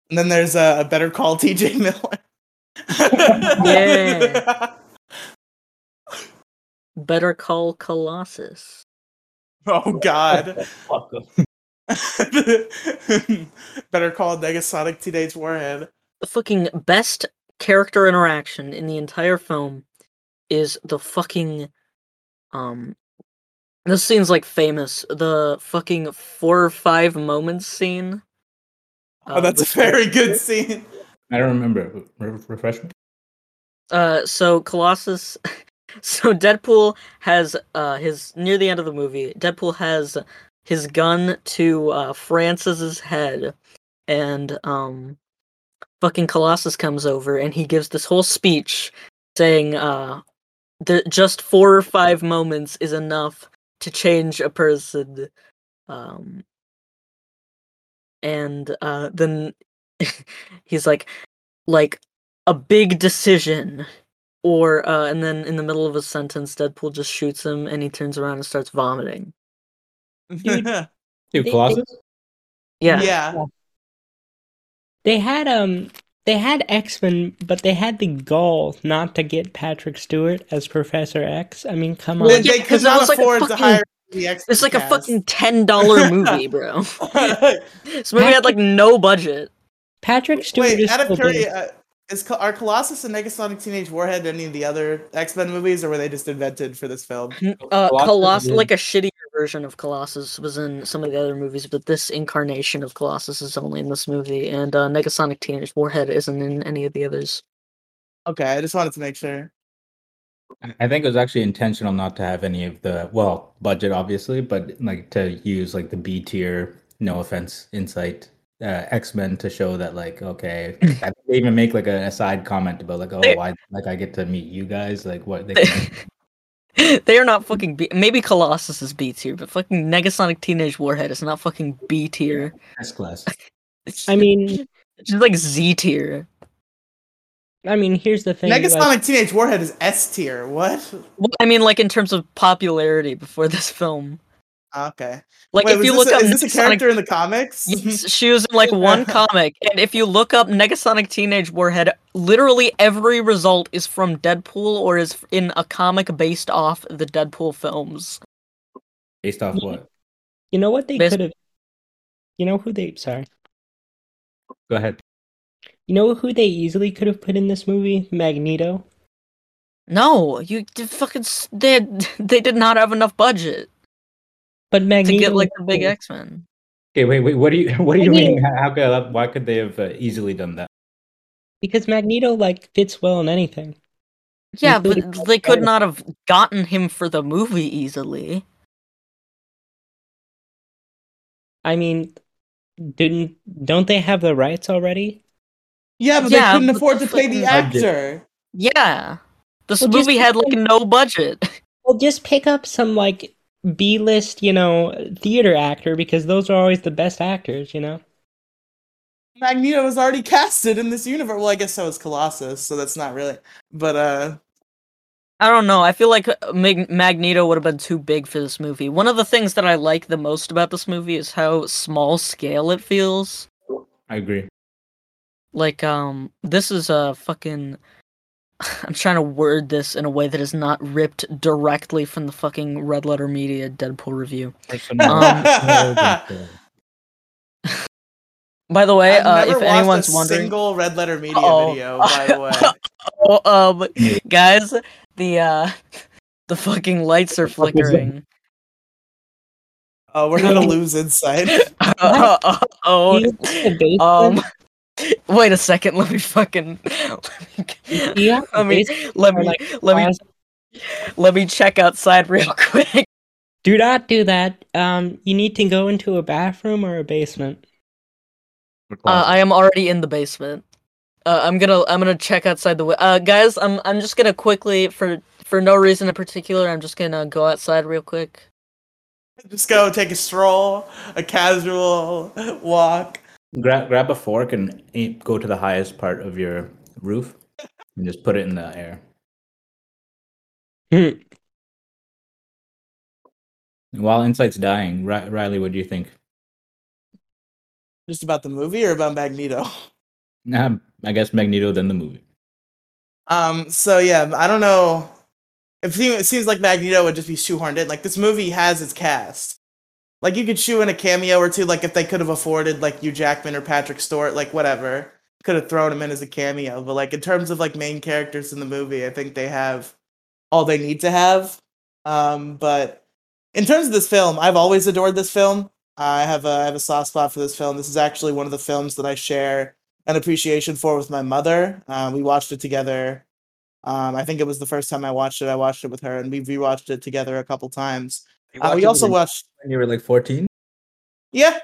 A: And then there's a, a better call TJ Miller.
D: Yeah. Better Call Colossus.
A: Oh God.
C: Fuck.
A: better call Negasonic Teenage Warhead.
D: The fucking best character interaction in the entire film is the fucking um. This scene's like famous. The fucking four or five moments scene. uh,
A: Oh, that's a very good scene.
C: I don't remember. Re- refresh me.
D: Uh, so Colossus, so Deadpool has uh his near the end of the movie. Deadpool has his gun to uh, Francis's head, and um, fucking Colossus comes over and he gives this whole speech saying uh, that just four or five moments is enough to change a person. Um, and uh, then he's like, like a big decision or uh, and then in the middle of a sentence deadpool just shoots him and he turns around and starts vomiting
B: Dude.
C: Dude,
B: They-
C: Colossus.
D: yeah
B: They had um they had X-Men, but they had the gall not to get Patrick Stewart as Professor X. I mean, come on.
A: They,
D: Well,
A: they
D: yeah,
A: could
D: 'cause it
A: not
D: was like a
A: afford to
D: fucking-
A: hire the extra
D: it's like a
A: cast.
D: fucking ten dollar movie bro this movie had like no budget
B: Patrick Stewart
A: Wait,
B: is
A: out of
B: still
A: curiosity,
B: dead.
A: uh, is Col- are Colossus and Negasonic Teenage Warhead any of the other X Men movies, or were they just invented for this film?
D: uh
C: Colossus
D: colossus
C: is-
D: like a shittier version of colossus was in some of the other movies but this incarnation of colossus is only in this movie and uh negasonic teenage warhead isn't in any of the others
A: Okay, I just wanted to make sure.
C: I think it was actually intentional not to have any of the well budget, obviously, but like to use like the B tier, no offense, insight uh, X Men to show that like okay, I think they even make like a, a side comment about like oh
D: They-
C: why like I get to meet you guys like what they can
D: they are not fucking B. Maybe Colossus is B tier, but fucking Negasonic Teenage Warhead is not fucking B tier.
C: S class.
B: I mean,
D: She's like Z tier.
B: I mean, here's the thing. like-
A: Negasonic Teenage Warhead is S tier. What?
D: Well, I mean, like in terms of popularity before this film.
A: Ah, Okay.
D: Like
A: Wait,
D: if
A: was
D: you
A: this
D: look
A: a,
D: up
A: is this a
D: Negasonic,
A: character in the comics?
D: Yes, she was in like one comic, and if you look up Negasonic Teenage Warhead, literally every result is from Deadpool or is in a comic based off the Deadpool films.
C: Based off what?
B: You know what they
D: Bas-
B: could have. You know who they. Sorry.
C: Go ahead.
B: You know who they easily could have put in this movie? Magneto.
D: No, you did fucking s- they had- they did not have enough budget
B: But
D: to
B: Magneto.
D: get like the
B: was
D: big
B: cool.
D: X Men.
C: Okay, wait, wait. What do you what do
B: I
C: you
B: mean-
C: mean? How, how could why could they have uh, easily done that?
B: Because Magneto, like, fits well in anything.
D: Yeah,
B: Including
D: but they could
B: Magneto.
D: not have gotten him for the movie easily.
B: I mean, didn't. Don't they have the rights already?
A: yeah, but
D: Yeah,
A: they couldn't
D: but
A: afford to
D: the
A: pay the
C: fucking budget.
A: actor.
D: Yeah. This
B: Well, just
D: movie had like no budget.
B: Well, just pick up some, like, B list, you know, theater actor because those are always the best actors, you know?
A: Magneto was already casted in this universe. Well, I guess so was Colossus, so that's not really. But uh,
D: I don't know. I feel like uh, Mag- Magneto would have been too big for this movie. One of the things that I like the most about this movie is how small scale it feels.
C: I agree.
D: Like um this is a fucking I'm trying to word this in a way that is not ripped directly from the fucking Red Letter Media Deadpool review.
C: Personal-
D: Um, By the way,
A: I've
D: uh,
A: never
D: if
A: watched
D: anyone's
A: a
D: wondering,
A: single Red Letter Media
D: Uh-oh.
A: video. By the way.
D: Oh, um,
C: Yeah.
D: guys, the uh, the fucking lights are
C: fuck was that?
D: flickering.
A: Oh, we're gonna lose insight.
D: oh,
B: He was in the basement.
D: um, Wait a second. Let me fucking. Let me,
B: Yeah,
D: let me.
B: basically,
D: Let me.
B: like,
D: Let me.
B: class-
D: Let me check outside real quick.
B: Do not do that. Um, you need to go into a bathroom or a basement.
D: Uh, I am already in the basement. Uh, I'm gonna. I'm gonna check outside the. wi- Uh, guys, I'm. I'm just gonna quickly for for no reason in particular. I'm just gonna go outside real quick.
A: Just go take a stroll, a casual walk.
C: grab grab a fork and aim- go to the highest part of your roof and just put it in the air.
B: Hmm.
C: While Insight's dying, Ri- Riley, what do you think?
A: Just about the movie or about Magneto?
C: Um, I guess Magneto than the movie.
A: Um, so yeah, I don't know. It, seem, it seems like Magneto would just be shoehorned in. Like this movie has its cast. Like you could shoe in a cameo or two. Like if they could have afforded like Hugh Jackman or Patrick Stewart, like whatever, could have thrown him in as a cameo. But like in terms of like main characters in the movie, I think they have all they need to have. Um, but in terms of this film, I've always adored this film. I have a I have a soft spot for this film. This is actually one of the films that I share an appreciation for with my mother. Uh, we watched it together. Um, I think it was the first time I watched it. I watched it with her, and we rewatched it together a couple times. Uh, we also watched,
C: when you were like fourteen.
A: yeah,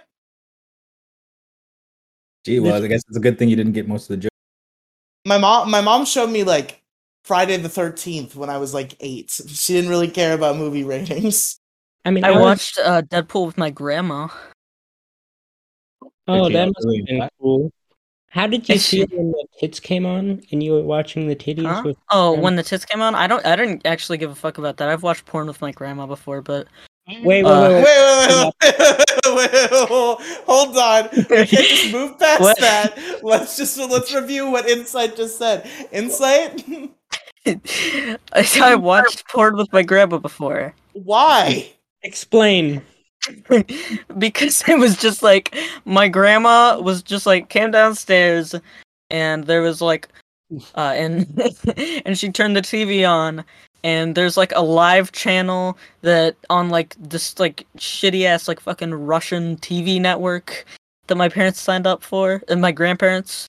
C: Gee, well, I guess it's a good thing you didn't get most of the jokes.
A: my mom. My mom showed me like Friday the Thirteenth when I was like eight. She didn't really care about movie ratings.
B: I mean,
D: I
B: was-
D: watched uh, Deadpool with my grandma.
B: Oh,
C: Did you
B: that
C: not
B: must
C: really
B: have been
C: watch?
B: cool. How did you
D: Is
B: see
D: she-
B: it when the tits came on and you were watching the titties
D: Huh?
B: with?
D: Oh,
B: Um,
D: when the tits came out, I don't. I didn't actually give a fuck about that. I've watched porn with my grandma before, but
B: Wait, wait,
D: Uh,
B: wait,
A: Wait,
B: wait.
A: wait, wait, wait, wait, wait, hold on. We can't just move past
D: What?
A: that. Let's just let's review what Insight just said. Insight,
D: I I watched porn with my grandma before
A: why?
B: Explain.
D: because it was just like my grandma was just like came downstairs and there was like uh and and she turned the TV on and there's like a live channel that on like this like shitty ass like fucking Russian TV network that my parents signed up for and my grandparents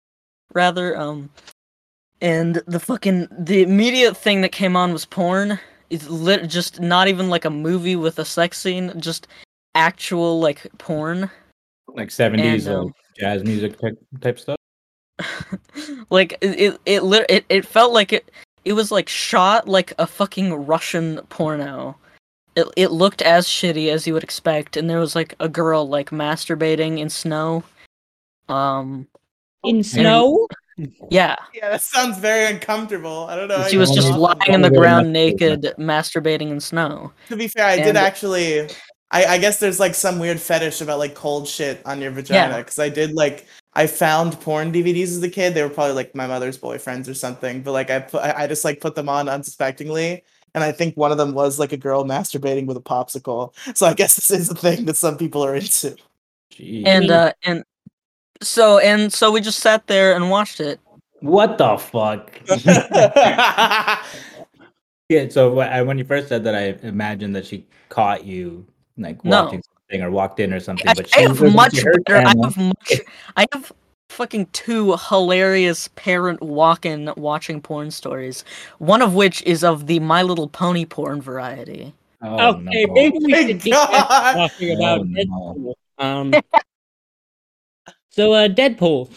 D: rather um and the fucking the immediate thing that came on was porn it's lit just not even like a movie with a sex scene just actual like porn
C: Like seventies
D: And, um,
C: like jazz music type, type stuff.
D: like it it it, lit- it it felt like it it was like shot like a fucking russian porno it it looked as shitty as you would expect and there was like a girl like masturbating in snow um
B: In snow?
D: yeah
A: Yeah, that sounds very uncomfortable. I don't know.
D: she
A: I
D: was
A: don't
D: just
A: know.
D: lying on the
C: Probably
D: ground
C: masturbating.
D: naked masturbating in snow
A: To be fair, I did
D: And-
A: actually. I, I guess there's like some weird fetish about like cold shit on your vagina because I did like I found porn DVDs as a kid. They were probably like my mother's boyfriends or something, but like I put, I I just like put them on unsuspectingly, and I think one of them was like a girl masturbating with a popsicle. So I guess this is a thing that some people are into.
C: Gee.
D: and
B: mean-
D: uh and so and so we just sat there and watched it
C: what the fuck? yeah. So wh- I- when you first said that, I imagined that she caught you like
D: No.
C: watching something or walked in or something.
D: I,
C: but
D: I
C: she
D: have
C: wasn't
D: much
C: your
D: better. I
C: grandma.
D: have much. I have fucking two hilarious parent walk-in watching porn stories. One of which is of the My Little Pony porn variety.
C: Oh,
B: okay,
C: no.
B: maybe we
A: Thank
B: should be
A: God.
B: talking about
C: Oh, no.
B: Deadpool. Um. so, uh, Deadpool.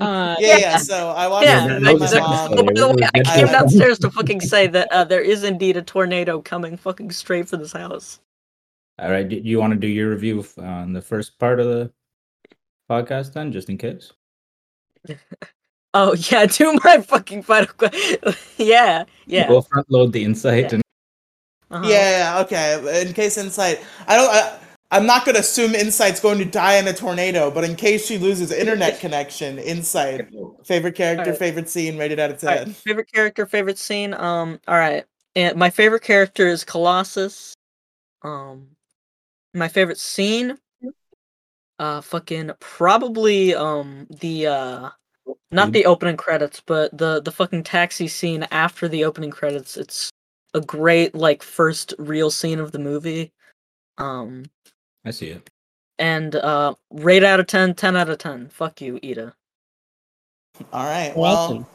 B: Uh,
A: yeah, yeah. So I watched
D: Yeah,
A: it with
C: I-
A: my
C: that-
A: mom.
D: Oh, by the way, I
C: Yeah.
D: came downstairs to fucking say that uh, there is indeed a tornado coming fucking straight for this house.
C: All right. Do do you want to do your review f- on the first part of the podcast then, just in case?
D: Oh yeah, do my fucking final question. yeah, yeah.
C: We'll front load the insight and
D: uh-huh.
A: Yeah, yeah, okay. In case Insight, I don't. I, I'm not going to assume Insight's going to die in a tornado, but in case she loses internet connection, Insight, favorite character,
D: Alright.
A: favorite scene, rated out of
D: All right,
A: ten.
D: favorite character, favorite scene. Um, all right. And my favorite character is Colossus. Um, my favorite scene. Uh, fucking probably um the uh not the opening credits, but the the fucking taxi scene after the opening credits. It's a great like first real scene of the movie. Um,
C: I see it.
D: and uh, rate out of 10, 10 out of ten. Fuck you, Ida.
A: All right.
B: Welcome.
A: Well,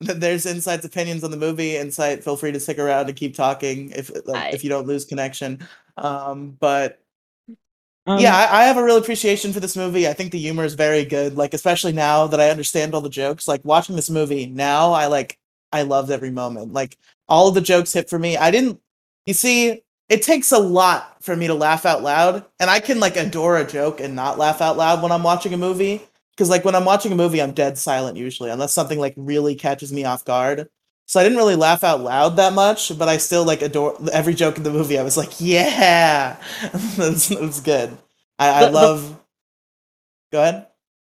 A: there's Insight's opinions on the movie. Insight, feel free to stick around to keep talking if like,
D: Aye.
A: if you don't lose connection. Um, but
B: Um,
A: yeah, I, I have a real appreciation for this movie. I think the humor is very good. Like especially now that I understand all the jokes. Like watching this movie now, I like I loved every moment. Like all the jokes hit for me. I didn't. You see, it takes a lot for me to laugh out loud, and I can like adore a joke and not laugh out loud when I'm watching a movie. Because like when I'm watching a movie, I'm dead silent usually, unless something like really catches me off guard. So I didn't really laugh out loud that much, but I still like adore every joke in the movie. I was like, yeah, that's was good. I, I
D: The- the-
A: love. Go ahead.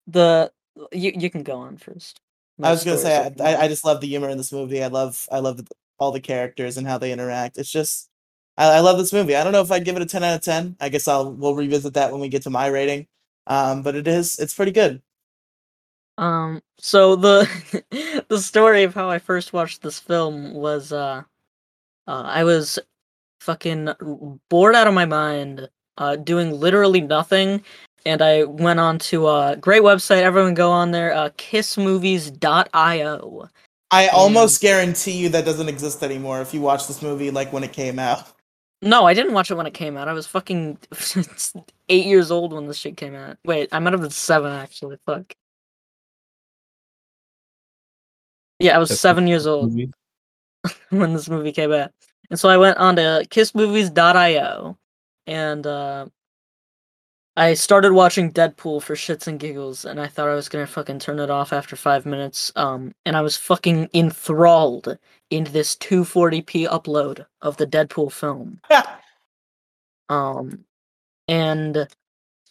D: The you you can go on first. My
A: I was gonna
D: story's
A: say
D: over.
A: I, I, I just love the humor in this movie. I love I love all the characters and how they interact. It's just I, I love this movie. I don't know if I'd give it a ten out of ten. I guess I'll we'll revisit that when we get to my rating. Um, but it is it's pretty good.
D: Um, so the the story of how I first watched this film was uh, uh I was fucking bored out of my mind, uh doing literally nothing, and I went on to uh great website, everyone go on there, uh kissmovies.io.
A: I almost guarantee you that doesn't exist anymore. If you watch this movie like when it came out,
D: No, I didn't watch it when it came out. I was fucking 8 years old when this shit came out. Wait, I might have been 7 actually. Fuck. Yeah, I was
C: That's
D: 7 years old.
C: Movie.
D: when this movie came out. And so I went on to kissmovies.io and uh, I started watching Deadpool for shits and giggles and I thought I was going to fucking turn it off after 5 minutes um and I was fucking enthralled in this 240p upload of the Deadpool film. Um and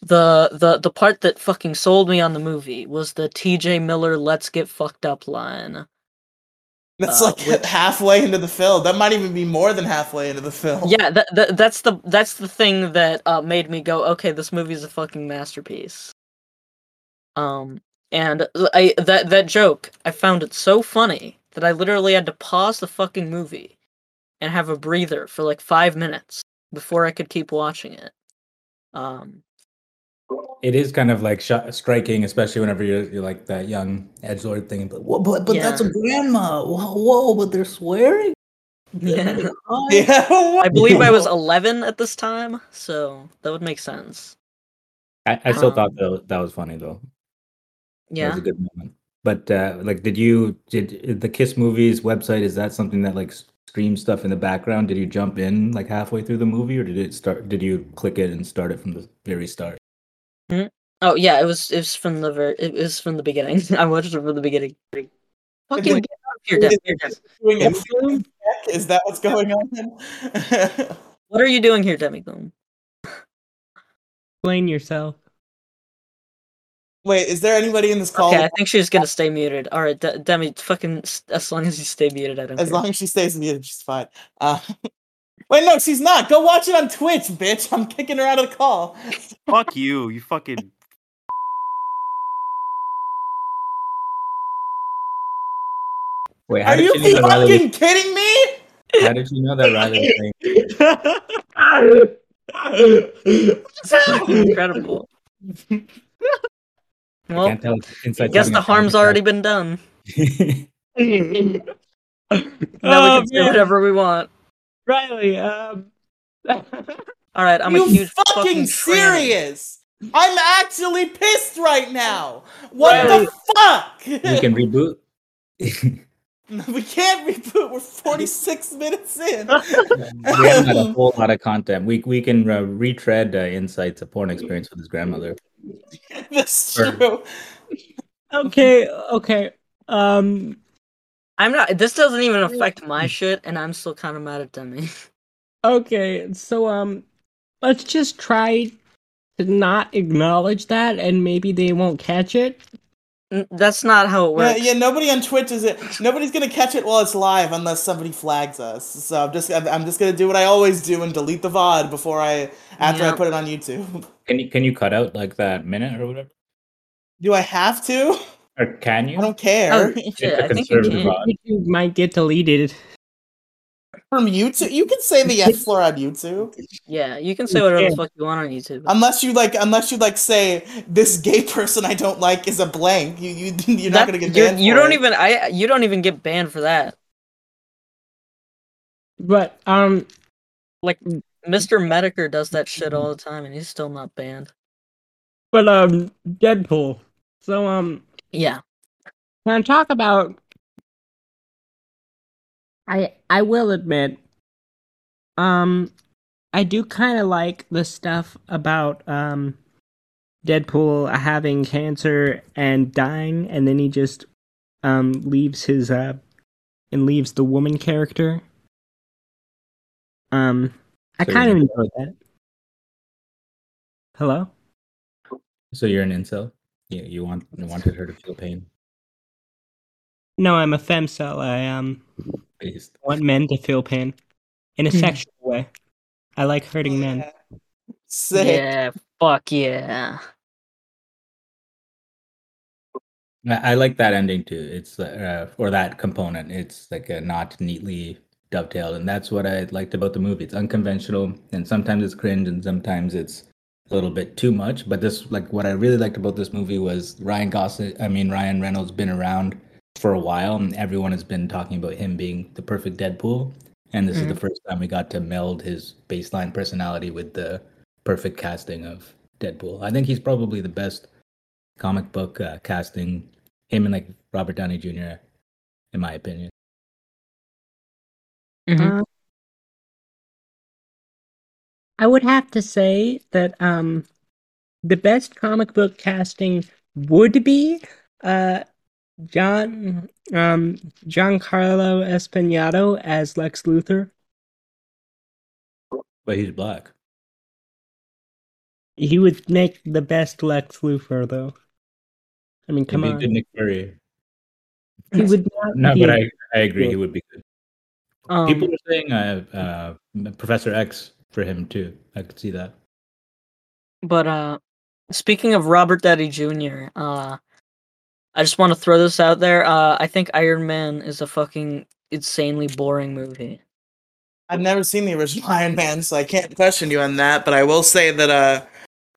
D: the the the part that fucking sold me on the movie was the TJ Miller let's get fucked up line.
A: that's
D: Uh,
A: like
D: which-
A: halfway into the film. That might even be more than halfway into the film.
D: yeah that, that that's the that's the thing that uh, made me go okay this movie's a fucking masterpiece um and i that that joke i found it so funny that i literally had to pause the fucking movie and have a breather for like five minutes before i could keep watching it um
C: It is kind of like sh- striking, especially whenever you're, you're like that young edgelord thing. But, wha- but, but that's a grandma. Whoa, whoa, but they're swearing.
D: yeah
A: Yeah.
D: i believe i was 11 at this time so that would make sense
C: I, I still
D: Um,
C: thought that was, that was funny though. That
D: yeah
C: was a good moment. But uh, like, did you did the Kiss movies website? Is that something that like s- screams stuff in the background? Did you jump in like halfway through the movie, or did it start? Did you click it and start it from the very start?
D: Oh yeah, it was it was from the ver- it was from the beginning. I watched it from the beginning. Fucking get out
A: like-
D: of here, Dev. Here, Dev.
A: Doing
B: It
A: it- Is that what's going on?
D: What are you doing here, Demigloom?
B: explain yourself.
A: Wait, is there anybody in this call?
D: Okay, I think she's gonna stay muted. All right, De- Demi, fucking s- as long as you stay muted, I don't
A: As
D: care.
A: long as she stays muted, she's fine. Uh, wait, no, she's not. Go watch it on Twitch, bitch. I'm kicking her out of the call.
E: Fuck you, you fucking.
C: Wait, how
A: Are
C: did
A: you
C: you know that Riley?
A: fucking kidding me?
C: Was, how did you know that Riley? Was saying-
D: Incredible.
C: I
D: well,
C: can't tell it's
D: I
C: inside.
D: guess
C: talking
D: the
C: about
D: harm's already been done.
C: Minecraft.
D: Now
B: Oh,
D: we can
B: man.
D: say whatever we want.
B: Riley, um,
D: All right, I'm
A: you
D: a huge
A: fucking,
D: tranny.
A: serious? I'm actually pissed right now. What the
C: we
A: fuck?
C: can reboot.
A: we can't reboot. We're 46 minutes in.
C: we haven't had a whole lot of content. We we can uh, retread uh, insights of porn experience with his grandmother.
A: That's
C: Sure.
A: true.
B: okay, okay. Um,
D: I'm not. This doesn't even affect my shit, and I'm still kind of mad at Demi.
B: Okay, so um, let's just try to not acknowledge that, and maybe they won't catch it.
D: N- That's not how it
A: Yeah,
D: works.
A: yeah, nobody on Twitch is it. Nobody's gonna catch it while it's live unless somebody flags us. So I'm just, I'm, I'm just gonna do what I always do and delete the VOD before I, after I
D: Yeah.
A: put it on YouTube.
C: Can you can you cut out like that minute or whatever?
A: Do I have to?
C: Or can you?
A: I don't care.
D: Oh, shit,
C: a
D: I think you
C: conservative
D: can.
C: odd.
B: YouTube might get deleted.
A: from YouTube. You can say the F floor on YouTube,
D: Yeah, you can say whatever the fuck you want on YouTube.
A: unless you like. Unless you like say this gay person I don't like is a blank. You you you're not
D: That-
A: gonna get
D: you're-
A: banned.
D: You
A: for
D: don't
A: it.
D: even. I. You don't even get banned for that.
B: But um,
D: Mr. Medicare does that shit all the time, and he's still not banned.
B: but um, Deadpool. So um,
D: Yeah.
B: can I talk about? I I will admit, um, I do kind of like the stuff about um, Deadpool having cancer and dying, and then he just um leaves his uh, and leaves the woman character. Um, I
C: So
B: kind of
C: you-
B: enjoyed that. Hello.
C: So you're an incel. You you want you wanted her to feel pain.
B: No, I'm a femcel. I um
C: Please.
B: want men to feel pain in a
D: Hmm.
B: sexual way. I like hurting men.
A: Yeah. Sick.
D: Yeah. Fuck yeah.
C: I I like that ending too. It's uh, or that component. It's like a not neatly dovetailed, and that's what I liked about the movie. It's unconventional, and sometimes it's cringe, and sometimes it's a little bit too much. But this, like, what I really liked about this movie was Ryan Gosling. I mean, Ryan Reynolds been around for a while, and everyone has been talking about him being the perfect Deadpool. And this is the first time we got to meld his baseline personality with the perfect casting of Deadpool. I think he's probably the best comic book uh, casting him and like Robert Downey Jr. In my opinion,
D: Mhm.
B: Uh, I would have to say that um the best comic book casting would be uh John um Giancarlo Esposito as Lex Luthor.
C: but he's black.
B: He would make the best Lex Luthor though. I mean, come
C: He'd be
B: on.
C: good Nick Fury.
B: He would not
C: No,
B: be
C: but
B: a-
C: I, I agree
B: Yeah.
C: he would be good.
D: Um,
C: People are saying uh, uh, Professor X for him too. I could see that.
D: But uh speaking of Robert Downey Jr., uh I just want to throw this out there. Uh I think Iron Man is a fucking insanely boring movie.
A: I've never seen the original Iron Man, so I can't question you on that. But I will say that uh,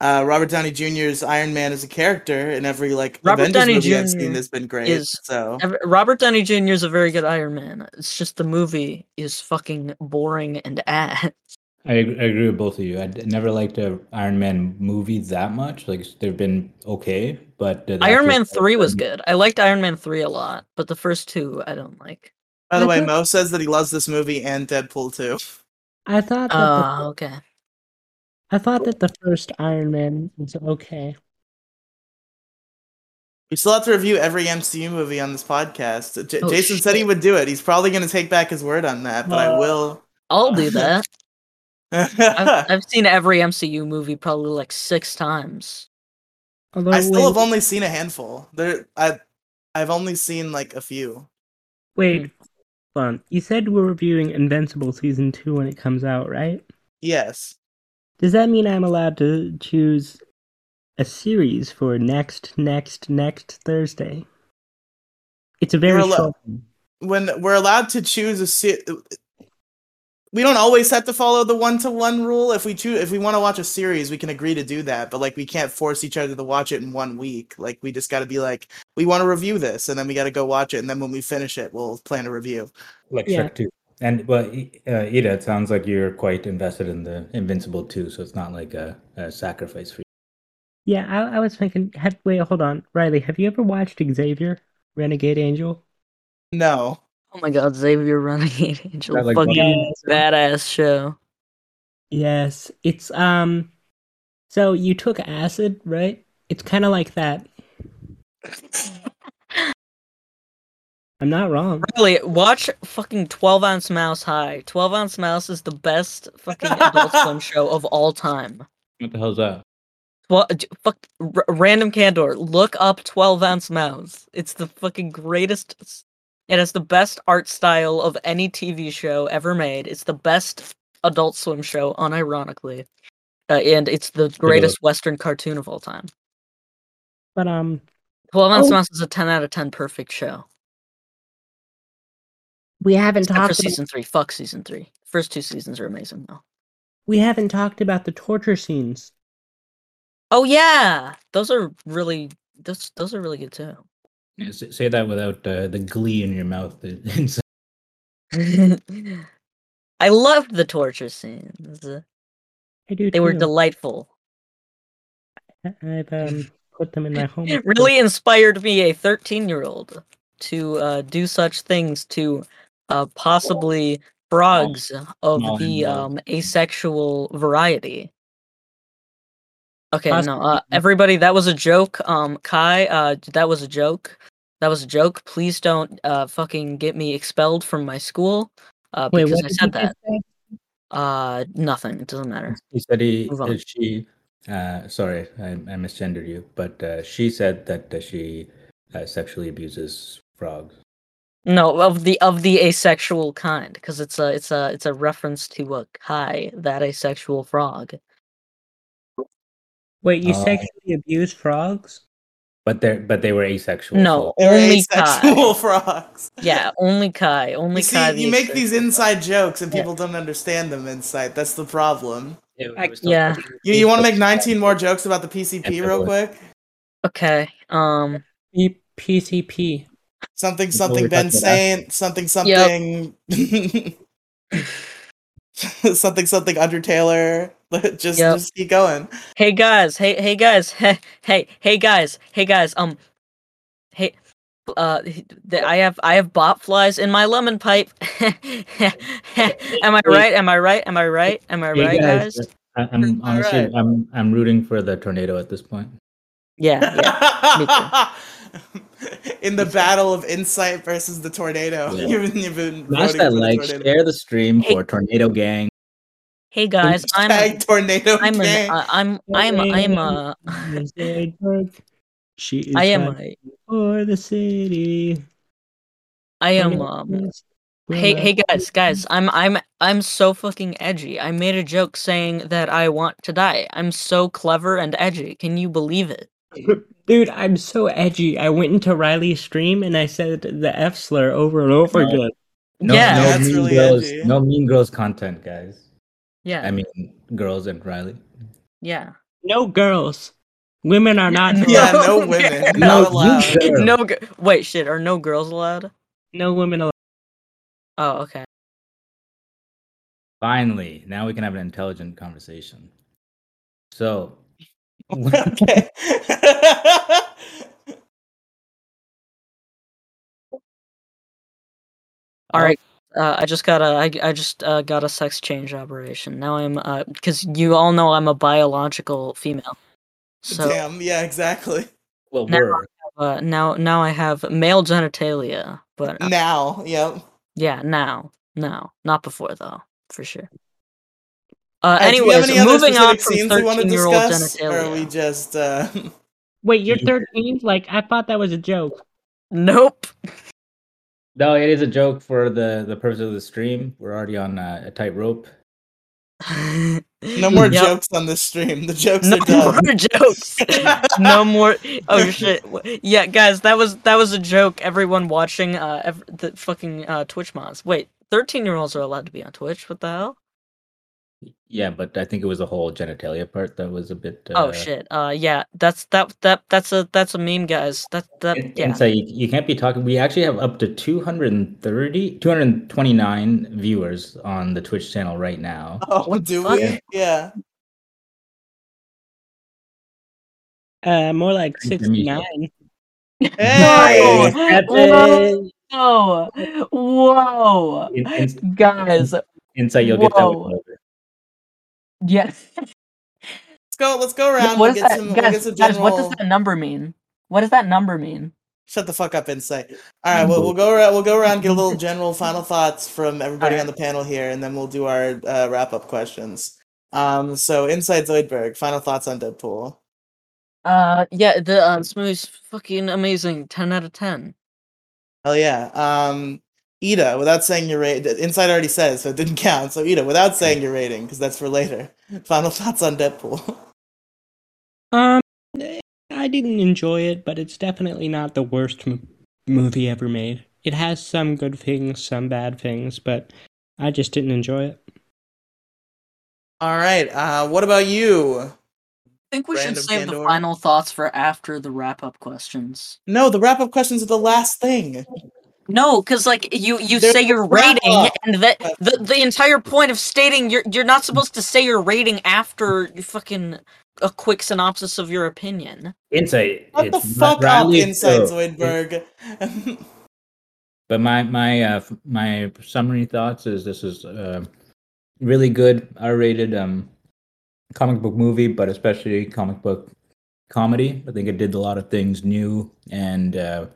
A: uh, Robert Downey Jr.'s Iron Man is a character in every like
D: Robert
A: Avengers
D: Downey
A: movie I've
D: Jr.
A: seen that's been great.
D: is-
A: so
D: Ev- Robert Downey Jr. is a very good Iron Man. It's just the movie is fucking boring and ass.
C: I, ag- I agree with both of you. I d- never liked a Iron Man movie that much. Like they've been okay, but uh, the
D: Iron
C: actual-
D: Man 3 was good. I liked Iron Man 3 a lot, but the first two I don't like.
A: by the
B: I
A: way,
B: thought-
A: Mo says that he loves this movie and Deadpool too.
B: I thought that the
A: Oh.
D: Uh okay.
B: I thought that the first Iron Man was okay.
A: We still have to review every MCU movie on this podcast. J-
D: Oh,
A: Jason said he
D: shit.
A: would do it. He's probably going to take back his word on that, but I
B: Uh,
A: will.
D: I'll do that. I've, I've seen every MCU movie probably like 6 times.
B: Although,
A: I still have
B: wait,
A: only seen a handful. There, I, I've only seen like a few.
B: wait,
A: Hmm.
B: hold on. You said we're reviewing Invincible season two when it comes out, right?
A: Yes.
B: Does that mean I'm allowed to choose a series for next, next, next Thursday? It's a very
A: You're allo-
B: short.
A: when we're allowed to choose a se- we don't always have to follow the one to one rule if we choose if we want to watch a series we can agree to do that but like we can't force each other to watch it in one week like we just got to be like we want to review this and then we got to go watch it and then when we finish it we'll plan a review
C: like
B: Yeah.
C: Shrek 2. And well, I- uh, Ida, it sounds like you're quite invested in the Invincible 2, so it's not like a, a sacrifice for you.
B: Yeah, I, I was thinking. Have, wait, hold on, Riley. Have you ever watched Xavier, Renegade Angel?
A: no
D: Oh my god, Xavier Renegade Angel.
C: That, like,
D: fucking
B: Yes.
D: badass show.
B: Yes, it's um. So you took acid, right? It's kind of like that. I'm not wrong.
D: Really, watch fucking 12 Ounce Mouse High. 12 Ounce Mouse is the best fucking adult swim show of all time.
C: What the hell's that?
D: Well, fuck, r- random candor. Look up 12 Ounce Mouse. It's the fucking greatest. s- It has the best art style of any TV show ever made. It's the best adult swim show, unironically. Uh, and it's the greatest Western cartoon of all time.
B: But um,
D: 12 Ounce
B: Oh.
D: Mouse is a 10 out of 10 perfect show.
B: we haven't
D: Except for
B: talked about,
D: season three. Fuck season three. First two seasons are amazing though.
B: we haven't talked about the torture scenes.
D: Oh yeah, those are really those those are really good too.
C: Yeah, s- say that without uh, the glee in your mouth.
D: I loved the torture scenes.
B: I do.
D: They were
B: too.
D: delightful.
B: I've um, put them in my home.
D: It really inspired me, a 13 year old, to uh, do such things to uh, possibly frogs of the
C: Molly.
D: um, asexual variety. Okay, no,
B: Possibly.
D: uh, everybody, that was a joke. Um, Kai, uh, that was a joke. That was a joke. Please don't uh, fucking get me expelled from my school uh,
B: Wait,
D: because
B: what
D: I
B: did
D: said
B: you
D: that.
B: just say?
D: Uh, nothing. It doesn't matter.
C: He said he,
D: Move on.
C: uh, she, uh, sorry, I, I misgendered you, but uh, she said that uh, she uh, sexually abuses frogs.
D: No, of the of the asexual kind, because it's a it's a it's a reference to a Kai, that asexual frog.
B: Wait, you
C: Oh.
B: sexually abuse frogs?
C: But they but they were asexual.
D: No,
C: so-
A: They're
D: only Kai.
A: asexual frogs.
D: Yeah, only Kai. Only
A: You
D: Kai.
A: see,
D: the
A: you make these
D: asexual.
A: inside jokes and
B: Yeah.
A: people don't understand them inside. That's the problem.
C: it
B: I-
C: was still
D: yeah.
C: torture.
A: You, you want to make 19 more jokes about the PCP
C: Yeah,
A: real
C: totally.
A: quick?
D: Okay. Um.
B: P- PCP.
A: Something,
C: That's what
A: something,
C: we're
A: Ben
C: talking about.
A: Saint, something, something, something, something, Undertaler. just,
D: Yep.
A: just keep going.
D: Hey guys. Hey hey guys. Hey hey hey guys. Hey guys. Um. Hey. Uh, h- th- I have I have bot flies in my lemon pipe. Am I right? Am I right? Am I right? Am I
C: Hey,
D: right, guys?
C: I, am
D: All
C: honestly,
D: right.
C: I'm I'm rooting for the tornado at this point.
D: Yeah. yeah.
A: In the battle of insight versus the tornado,
C: Yeah.
A: you've, you've been
C: Smash
A: voting
C: that
A: for the
C: like,
A: tornado.
C: share the stream
D: Hey.
C: for Tornado Gang.
D: Hey guys. I'm. a-
A: Tag tornado
D: I'm
A: gang.
D: an, uh, I'm I'm I'm a
B: Inside work. She is
D: I am
B: fighting
D: a
B: for the city.
D: I am
B: Tornado
D: um
B: is-
D: hey
B: Well,
D: hey guys guys I'm I'm I'm so fucking edgy. I made a joke saying that I want to die. I'm so clever and edgy. Can you believe it?
B: Dude, I'm so edgy. I went into Riley's stream and I said the F slur over and over
C: No.
B: again.
D: yeah.
A: no. That's
C: mean
A: really
C: girls,
A: edgy.
C: no mean girls content, guys.
D: yeah.
C: I mean, girls and Riley.
D: yeah.
B: No girls. Women are not
D: No.
A: yeah,
B: allowed.
A: no women.
D: No,
A: Not
C: you
A: allowed.
C: should. Girl.
D: No g- wait, shit, are no girls allowed?
B: No women allowed.
D: Oh, okay.
C: Finally, now we can have an intelligent conversation. So,
A: okay. Oh.
D: All right. Uh, I just got a I, I just uh, got a sex change operation. Now I'm uh cuz you all know I'm a biological female. So
A: Damn. Yeah, exactly.
C: well,
D: Now-
C: we're
D: uh, now now I have male genitalia, but uh,
A: Now, yep.
D: yeah, now, now, not before though, for sure. Uh,
A: Alright, do we have
D: anyways,
A: any other
D: moving on
A: specific
D: from
A: scenes we want to
D: thirteen-year-old
A: discuss, or are
D: genitalia.
A: we just uh,
B: Wait, you're
C: You-
B: 13? Like, I thought that was a joke.
D: Nope.
C: no, it is a joke for the the purpose of the stream. We're already on uh, a tightrope.
A: no more
D: Mm, Yep.
A: jokes on this stream? The jokes
D: No
A: are done.
D: more jokes. no more. Oh shit. W- Yeah, guys, that was that was a joke. Everyone watching, uh, ev- the fucking uh, Twitch mods. Wait, thirteen-year-olds are allowed to be on Twitch? What the hell?
C: Yeah, but I think it was the whole genitalia part that was a bit. Uh,
D: oh shit. Uh, yeah, that's that that that's a that's a meme, guys. That that
C: And,
D: yeah.
C: and so you, you can't be talking. We actually have up to 230, 229 viewers on the Twitch channel right now.
A: Oh, do
D: fuck?
A: we? Yeah.
B: Uh, more like
C: Thank you,
B: 69.
A: Hey,
D: No. Whoa! Oh, Whoa!
C: In- in-
D: Guys,
C: Insight, you'll get that.
D: Whoa.
C: one over.
D: yes.
A: let's go. Let's go around.
D: What
A: We'll
D: is
A: get
D: that?
A: some. We'll get
D: Guys,
A: some
D: guys, what does
A: general.
D: that number mean? What does that number mean?
A: Shut the fuck up, insight. All right,
D: Mm-hmm.
A: well, we'll go around. We'll go around. Get a little general final thoughts from everybody on the panel here, and then we'll do our uh, wrap up questions. Um, so, Insight Zoidberg, final thoughts on Deadpool.
D: Uh, yeah, the uh, this movie's fucking amazing. Ten out of ten.
A: Hell yeah. Um, Ida, without saying your rate, Inside already says, so it didn't count. So Ida, without saying your rating, because that's for later. Final thoughts on Deadpool.
B: Um, I didn't enjoy it, but it's definitely not the worst m- movie ever made. It has some good things, some bad things, but I just didn't enjoy it.
A: All right. Uh, what about you?
D: I think we
A: Random
D: should save the
A: Pandora.
D: final thoughts for after the wrap up questions.
A: No, the wrap up questions are the last thing.
D: No, because like you, you
A: There's
D: say your
A: no wrap
D: rating,
A: up.
D: and that the, the entire point of stating you're you're not supposed to say your rating after you fucking a quick synopsis of your opinion.
C: Insight.
A: What the
C: it's
A: fuck up,
C: Riley
A: Inside
C: Stowe.
A: Zoidberg?
C: But my my uh, f- my summary thoughts is this is uh, really good R-rated um, comic book movie, but especially comic book comedy. I think it did a lot of things new, and uh,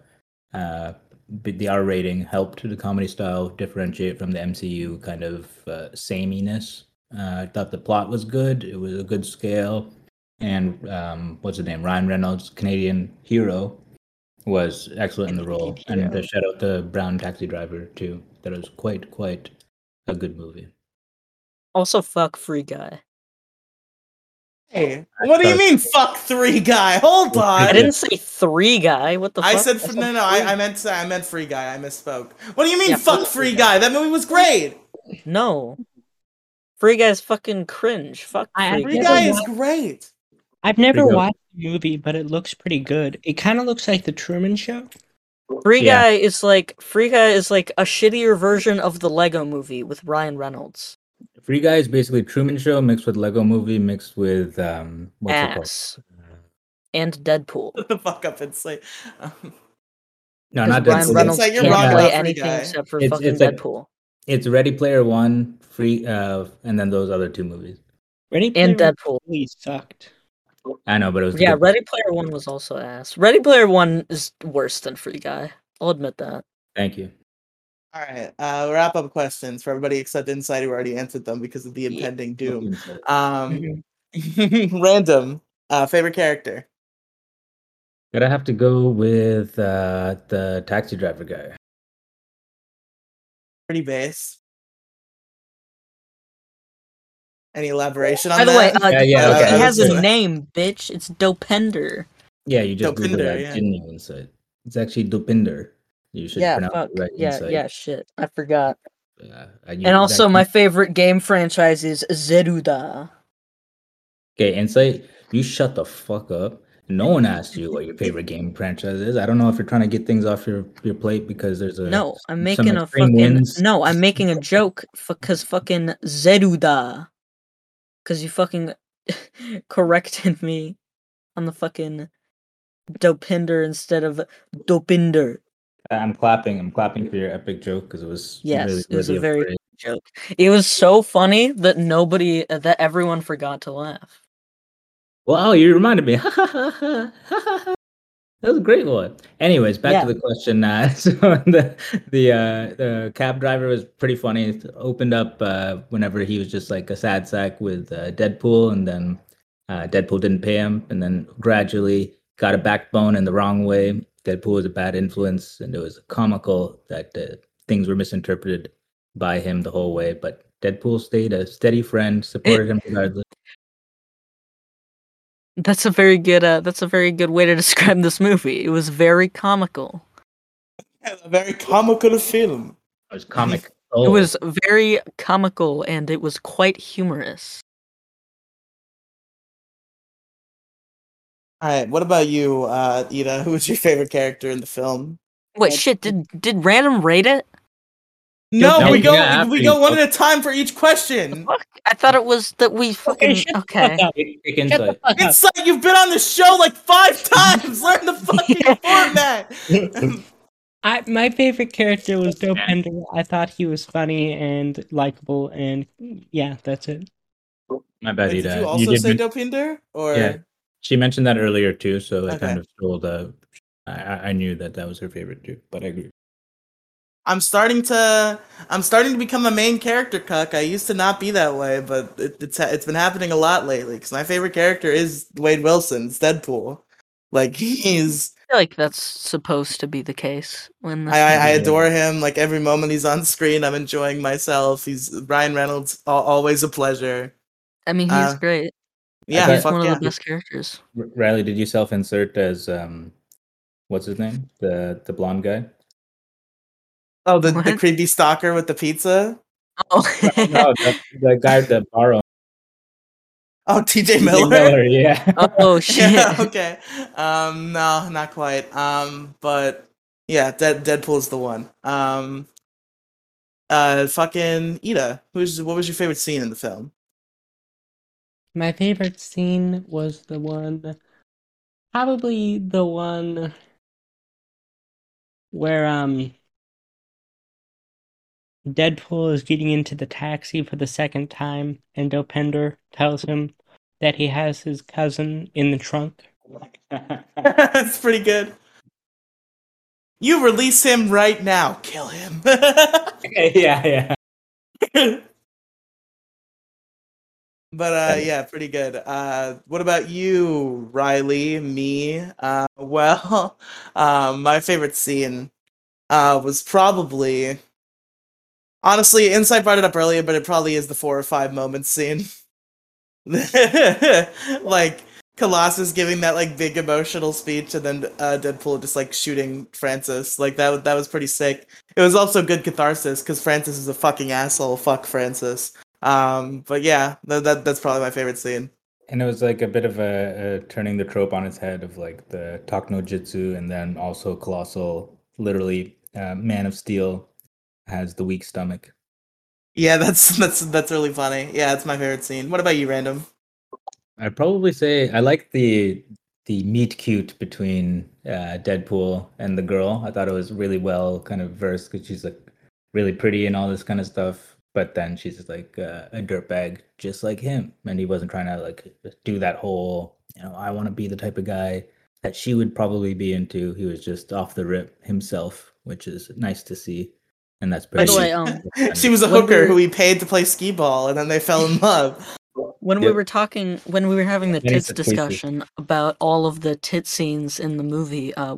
C: uh, but the R rating helped the comedy style differentiate from the MCU kind of uh, sameness. Uh, I thought the plot was good. It was a good scale, and um, what's his name? Ryan Reynolds, Canadian hero, was excellent in the role. And the shout out to Brown Taxi Driver too. That was quite quite a good movie.
D: Also, fuck free guy.
A: hey, what do you mean, fuck three guy? Hold
D: I
A: on.
D: didn't say three guy. What the?
A: I
D: fuck?
A: said fr- no, no. I, I meant I meant free guy. I misspoke. What do you mean,
D: Yeah,
A: fuck
D: fuck
A: free guy? That movie was great.
D: no. Free guy's fucking cringe. Fuck
B: I- I
D: free
A: Free
B: Yeah,
D: guy.
A: guy
B: but
A: is
B: why-
A: great.
B: I've never
C: Pretty good.
B: watched the movie, but it looks pretty good. It kind of looks like the Truman Show.
D: Free
C: Yeah.
D: Guy is like Free Guy is like a shittier version of the Lego Movie with Ryan Reynolds.
C: Free Guy is basically Truman Show mixed with Lego Movie mixed with um what's it called?
D: Ass and Deadpool.
A: Shut the fuck up, Inside. Um,
C: No, not
D: 'Cause Ryan
C: Deadpool.
A: It's
D: Reynolds
A: like you're
D: can't
A: wrong
D: play
A: about Free
D: anything
A: Guy.
D: except for
C: It's-
D: fucking
C: it's like-
D: Deadpool
C: It's Ready Player One, Free, uh, and then those other two movies.
B: Ready
D: and
B: Player
D: Deadpool.
B: One really sucked.
C: I know, but it was
D: Yeah,
C: good.
D: Ready Player One was also ass. Ready Player One is worse than Free Guy. I'll admit that.
C: Thank you.
A: All right. Uh, wrap up questions for everybody except Inside, who already answered them because of the impending doom. Um,
D: Mm-hmm.
A: random uh, favorite character.
C: Gonna have to go with uh, the taxi driver guy.
A: Pretty base. Any elaboration on
D: By the way,
A: that?
D: uh,
C: Yeah, yeah,
D: he
C: okay.
D: has
A: Okay.
D: a name, bitch. It's Dopender.
C: Yeah, you just
A: Dupinder,
C: Googled that,
A: yeah.
C: didn't you? Insight. It's actually Dupinder. You should
D: Yeah,
C: pronounce
D: fuck.
C: it right.
D: Yeah,
C: Insight.
D: yeah, shit. I forgot.
C: Uh,
D: And also, my favorite game franchise is Zeruda.
C: okay, Insight. You shut the fuck up. No one asked you what your favorite game franchise is. I don't know if you're trying to get things off your, your plate because there's a
D: No, I'm
C: some
D: making a
C: extreme
D: fucking
C: wins.
D: no. I'm making a joke because fucking Zeruda, because you fucking corrected me on the fucking Dopinder instead of Dopinder
C: I'm clapping. I'm clapping for your epic joke because it was
D: Yes,
C: really
D: it was a
C: worthy of
D: very-
C: praise.
D: joke. It was so funny that nobody, uh, that everyone forgot to laugh.
C: Wow, you reminded me. that was a great one. Anyways, back to the question. Uh, so the the uh, the cab driver was pretty funny. It opened up uh, whenever he was just like a sad sack with uh, Deadpool, and then uh, Deadpool didn't pay him, and then gradually got a backbone in the wrong way. Deadpool was a bad influence, and it was comical that uh, things were misinterpreted by him the whole way. But Deadpool stayed a steady friend, supported him regardless.
D: That's a very good. Uh, that's a very good way to describe this movie. It was very comical. uh,
A: a very comical film.
C: It was comic.
A: Oh.
D: It was very comical and it was quite humorous.
A: All right. What about you, uh, Ida? Who was your favorite character in the film?
D: Wait,
A: That's-
D: shit! Did did random rate it?
A: No,
C: no,
A: we go
C: yeah,
A: we
C: after
A: go
C: you-
A: one at a time for each question.
D: Fuck! I thought it was that we fucking
B: shut
D: okay.
B: Fuck up.
C: Big,
B: Shut
C: big
B: the
C: insight.
B: fuck up.
A: It's like you've been on the show like five times. Learn the fucking
D: Yeah.
A: format.
B: I, my favorite character was Dope Ender. I thought he was funny and likable, and yeah, that's it.
C: My bad,
A: Wait,
C: Ida.
A: did you
C: You
A: also
C: did
A: say
C: men-
A: Dopinder? Or
C: Yeah. She mentioned that earlier too, so I
A: Okay.
C: kind of stole the. I- I, I knew that that was her favorite too, but I agree.
A: I'm starting to I'm starting to become a main character cuck. I used to not be that way, but it, it's ha- it's been happening a lot lately. Because my favorite character is Wade Wilson's Deadpool. Like he's
D: I feel like that's supposed to be the case when this
A: I, I, I
C: Yeah.
A: adore him. Like every moment he's on screen, I'm enjoying myself. He's Ryan Reynolds, al- always a pleasure.
D: I mean, he's
A: Uh,
D: great.
A: Yeah,
C: bet-
D: He's
A: fuck
D: one of
A: yeah.
D: the best characters.
C: R- Riley, did you self-insert as um, what's his name? The the blonde guy.
A: Oh, the, the
D: What?
A: creepy stalker with the pizza.
D: Oh.
C: no, the, the guy that borrowed
A: Oh, TJ
C: Miller.
A: Miller.
C: yeah.
D: oh shit.
A: Yeah, okay. Um, no, not quite. Um, but yeah, Dead, Deadpool's the one. Um, uh, fucking Ida. Who's what was your favorite scene in the film?
B: My favorite scene was the one, probably the one where um Deadpool is getting into the taxi for the second time, and Opender tells him that he has his cousin in the trunk.
A: That's pretty good. You release him right now. Kill him.
C: yeah, yeah.
A: But uh,
C: Yeah.
A: yeah, pretty good. Uh, what about you, Riley? Me? Uh, well, um, my favorite scene uh, was probably, honestly, Insight brought it up earlier, but it probably is the four or five moments scene. like Colossus giving that like big emotional speech, and then uh, Deadpool just like shooting Francis. Like that. That was pretty sick. It was also good catharsis because Francis is a fucking asshole. Fuck Francis. Um, but yeah, that, that that's probably my favorite scene.
C: And it was like a bit of a, a turning the trope on its head of like the Takno Jitsu and then also Colossal, literally uh, Man of Steel has the weak stomach.
A: Yeah, that's that's that's really funny. Yeah, it's my favorite scene. What about you, Random?
C: I'd probably say I like the the meet cute between uh, Deadpool and the girl. I thought it was really well kind of versed because she's like really pretty and all this kind of stuff. But then she's just like uh, a dirtbag, just like him, and he wasn't trying to like do that whole you know I want to be the type of guy that she would probably be into. He was just off the rip himself, which is nice to see, and that's
D: By
C: pretty.
D: the way, um,
A: She was a hooker who he paid to play skee ball, and then they fell in love.
D: when we
C: Yeah.
D: were talking, when we were having the
C: Yeah, it's
D: tits
C: a tasty.
D: discussion about all of the tit scenes in the movie, uh,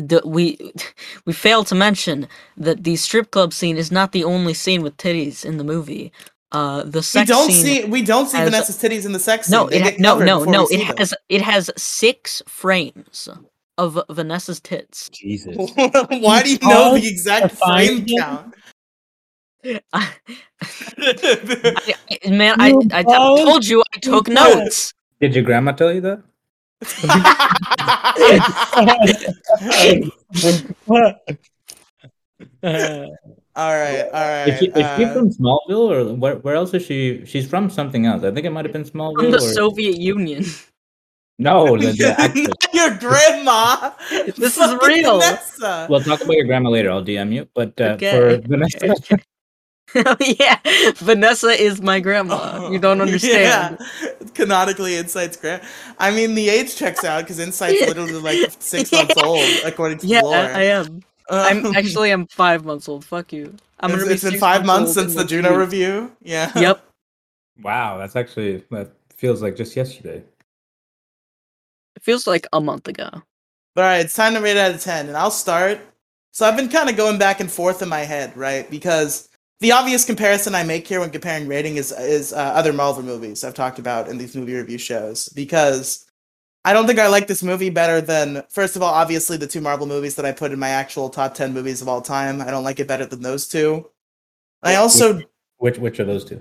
D: the, we we failed to mention that the strip club scene is not the only scene with titties in the movie. Uh, the
A: We
D: sex
A: don't
D: scene,
A: see we don't see
D: has-
A: Vanessa's titties in the sex
D: no,
A: scene. They
D: it ha-
A: get
D: no,
A: covered
D: no,
A: before
D: no.
A: we see
D: It
A: them.
D: has it has six frames of Vanessa's tits.
C: Jesus.
A: Why do you know
B: Because
A: the exact
B: to find
A: frame
B: him.
A: count?
D: I- I- man, I,
B: You
D: I, I
B: both
D: told you I took
B: did.
D: notes.
C: Did your grandma tell you that?
A: all right, all right.
C: Is she, is she
A: uh,
C: from Smallville or where, where else is she? She's from something else. I think it might have been
D: From
C: Smallville.
D: the
C: or...
D: Soviet Union.
C: no, the, the actress.
A: your grandma.
D: This is
A: Fucking
D: real.
A: Vanessa.
C: We'll talk about your grandma later. I'll DM you. But uh, for
D: Okay.
C: Vanessa,
D: yeah, Vanessa is my grandma. You don't understand.
A: Yeah. Canonically, Insight's grand. I mean, the age checks out because Insight's
D: Yeah.
A: literally like six
D: Yeah.
A: months old, according to
D: Yeah,
A: lore.
D: I, I am.
A: Um,
D: I'm actually I'm five months old. Fuck you. I'm
A: it's,
D: gonna be
A: it's been
D: six
A: five months
D: old
A: since
D: in
A: the
D: like
A: Juno
D: two weeks.
A: review. Yeah.
D: Yep.
C: wow, that's actually that feels like just yesterday.
D: It feels like a month ago.
A: All right, it's time to rate it out of 10, and I'll start. So I've been kind of going back and forth in my head, right? Because the obvious comparison I make here when comparing rating is is uh, other Marvel movies I've talked about in these movie review shows because I don't think I like this movie better than first of all, obviously the two Marvel movies that I put in my actual top 10 movies of all time. I don't like it better than those two. I also
C: Which which are those two?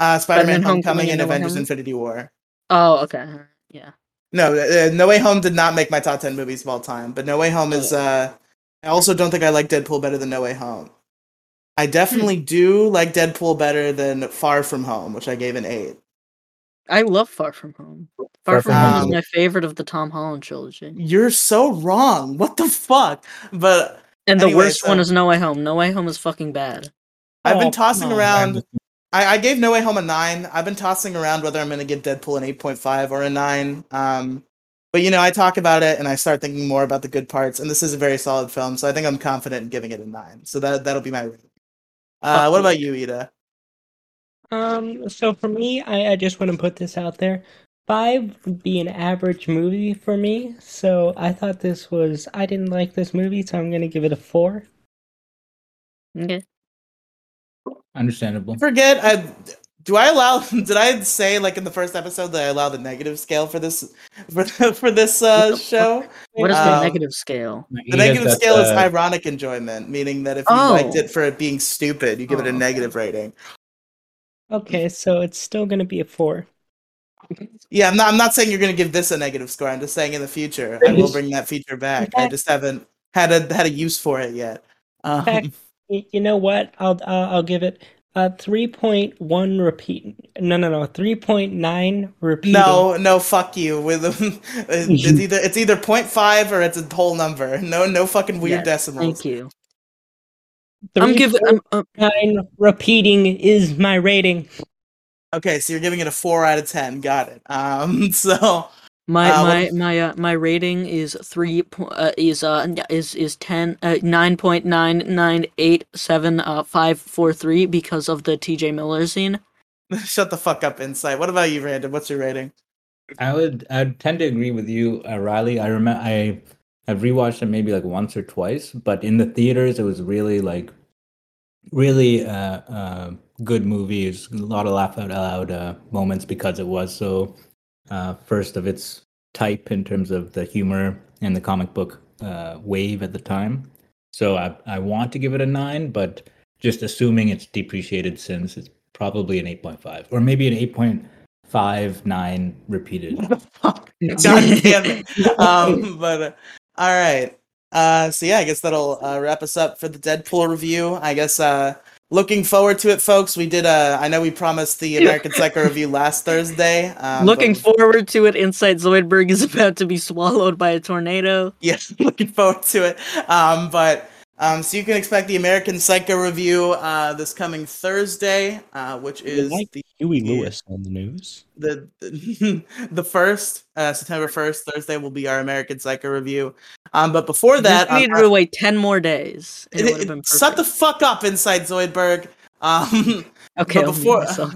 A: uh, Spider-Man
D: Spider-Man
A: Homecoming,
D: Homecoming
A: and
D: and No Way
A: Avengers
D: Home?
A: Infinity War.
D: Oh, okay. Yeah.
A: No, uh, No Way Home did not make my top 10 movies of all time, but No Way Home is uh I also don't think I like Deadpool better than No Way Home. I definitely do like Deadpool better than Far From Home, which I gave an 8.
D: I love Far From Home. Far, From, Home is
A: Home.
D: my favorite of the Tom Holland trilogy.
A: You're so wrong. What the fuck? But
D: And the
A: Anyway,
D: worst one
A: so-
D: is No Way Home. No Way Home is fucking bad.
A: I've been
C: Oh,
A: tossing
C: come on.
A: around I, I gave No Way Home a nine. I've been tossing around whether I'm going to give Deadpool an 8.5 or a nine. Um, but you know, I talk about it and I start thinking more about the good parts. And this is a very solid film, so I think I'm confident in giving it a nine. So that that'll be my. rating. Uh, what about you, Ida?
B: Um, so for me, I, I just want to put this out there. Five would be an average movie for me, so I thought this was, I didn't like this movie, so I'm gonna give it a four.
D: Okay.
C: Understandable.
A: Forget I. Do I allow? Did I say like in the first episode that I allow the negative scale for this for, for this uh, show?
F: What is
B: Uh,
A: Um,
F: the negative scale?
A: The negative scale
C: uh,
A: is ironic enjoyment, meaning that if you liked
D: Oh.
A: it for it being stupid, you give it
F: Oh,
A: a
F: okay.
A: negative rating.
B: Okay, so it's still gonna be a four.
A: Yeah, I'm not. I'm not saying you're going to give this a negative score. I'm just saying in the future, I will bring that feature back. I just haven't had a had a use for it yet. Um,
B: Heck, y- you know what? I'll I'll, I'll give it a three point one repeat. No, no, no, three point nine repeat.
A: no, no, fuck you. With it's either it's either 0.5 or it's a whole number. No, no fucking weird
F: Yes,
A: decimals.
F: Thank you.
D: I'm giving. I'm, I'm,
B: nine repeating is my rating.
A: Okay, so you're giving it a four out of ten. Got it. Um, so
F: My
A: Uh, what
F: my
A: is-
F: my uh, my rating is three po- uh, is uh n- is is ten uh, nine point nine nine eight seven uh five four three because of the T.J. Miller scene.
A: shut the fuck up, Insight. What about you, Random? What's your rating?
C: I would I would tend to agree with you, uh, Riley. I remember I I've rewatched it maybe like once or twice, but in the theaters it was really like really uh, uh good movies, a lot of laugh out loud uh, moments because it was so uh first of its type in terms of the humor and the comic book uh wave at the time. So I I want to give it a 9, but just assuming it's depreciated since it's probably an 8.5 or maybe an 8.59 repeated.
A: God damn it. Um, but uh, all right. Uh, so yeah, I guess that'll uh, wrap us up for the Deadpool review. I guess uh, looking forward to it, folks. We did. Uh, I know we promised the American Psycho review last Thursday. Um,
D: looking
A: but-
D: forward to it. Inside Zoidberg is about to be swallowed by a tornado.
A: yes, looking forward to it. Um, but um, so you can expect the American Psycho review uh, this coming Thursday, uh, which is
G: like
A: the
G: Huey
A: Yeah.
G: Lewis on the news.
A: the the, the first uh, September first Thursday will be our American Psycho review. Um, but before that,
D: we
A: um,
D: needed to wait ten more days. and
A: It-
D: it would've
A: it-
D: been
A: shut the
D: perfect.
A: fuck up inside Zoidberg. Um,
D: okay.
A: but
D: I'll mute
A: before-
D: myself.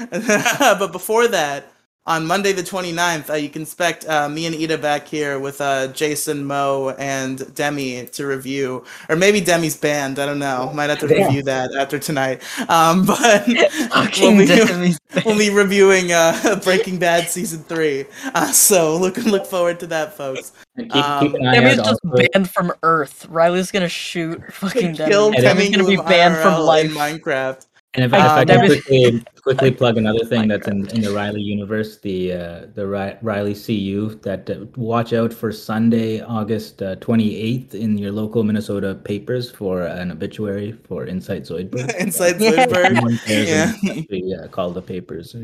A: but before that, on Monday the 29th, uh, you can expect uh, me and Ida back here with uh, Jason, Mo, and Demi to review, or maybe Demi's band. I don't know. Might have to
B: Yeah.
A: review that after tonight. Um, but
D: Fucking
A: we'll be-
D: Demi.
A: we'll be reviewing uh, Breaking Bad season three. Uh, so look look forward to that, folks.
C: And keep,
A: Um,
C: keep an eye
D: Demi's
C: out
D: just
C: also-
D: banned from Earth. Riley's gonna shoot fucking Demi.
A: Kill
C: And
D: Demi's
A: Demi
D: gonna be banned from
A: life.
D: life.
A: in Minecraft.
C: and if, I- if I
A: Um,
C: can
D: Demi-
C: quickly, quickly plug another thing that's in, in
A: uh,
C: the Riley universe, the uh, the Ri- Riley CU, that uh, watch out for Sunday, August uh, 28th in your local Minnesota papers for an obituary for Insight Zoidberg.
A: Inside
D: Yeah.
A: Zoidberg.
C: Someone cares
A: Yeah.
C: and actually, uh, call the papers.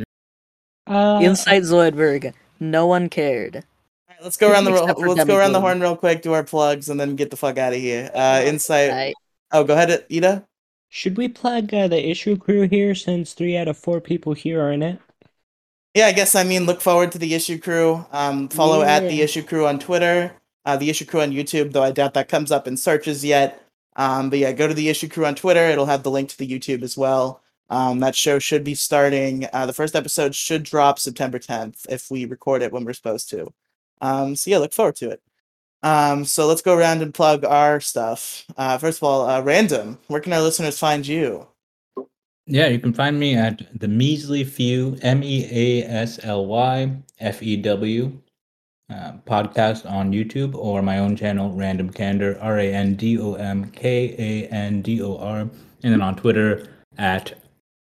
B: Uh,
D: Inside Zoidberg. No one cared.
A: Alright, Let's go around the
D: Except for
A: ro- let's go around the
D: Demigod.
A: horn real quick, do our plugs, and then get the fuck out of here. Uh, insight.
D: Right.
A: Oh, go ahead, Ida.
B: should we plug uh, the issue crew here since three out of four people here are in it?
A: Yeah, I guess I mean look forward to the issue crew. Um, follow at the
B: Yeah.
A: issue crew on Twitter, uh, the issue crew on YouTube. Though I doubt that comes up in searches yet. Um, but yeah, go to the issue crew on Twitter. It'll have the link to the YouTube as well. Um, that show should be starting. Uh, the first episode should drop September 10th if we record it when we're supposed to. Um, so yeah, look forward to it. Um, so let's go around and plug our stuff. Uh, first of all, uh, random. Where can our listeners find you?
C: Yeah, you can find me at the measly few M E A S L Y F E W uh, podcast on YouTube or my own channel Random Candor R A N D O M K A N D O R and then on Twitter at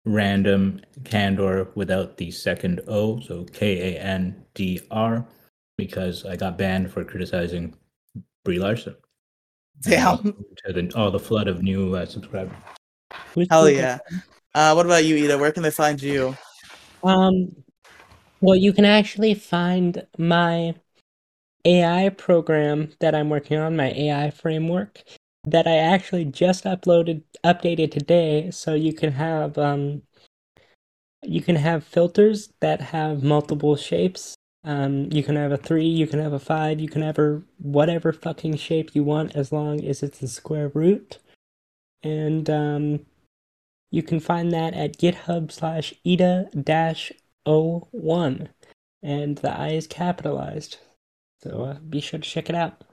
C: Random Candor without the second O so K A N D R because I got banned for criticizing Brie Larson. And
A: Damn.
C: also To the, all the flood of new uh, subscribers.
B: Who's
A: Hell
B: who-
A: yeah. Uh, what about you, Ida? Where can they find you?
B: Um, well, you can actually find my AI program that I'm working on, my AI framework, that I actually just uploaded, updated today. So you can have um, you can have filters that have multiple shapes. Um, you can have a three, you can have a five, you can have a whatever fucking shape you want as long as it's a square root. And um, you can find that at github slash ida dash o one, and the I is capitalized. So uh, be sure to check it out.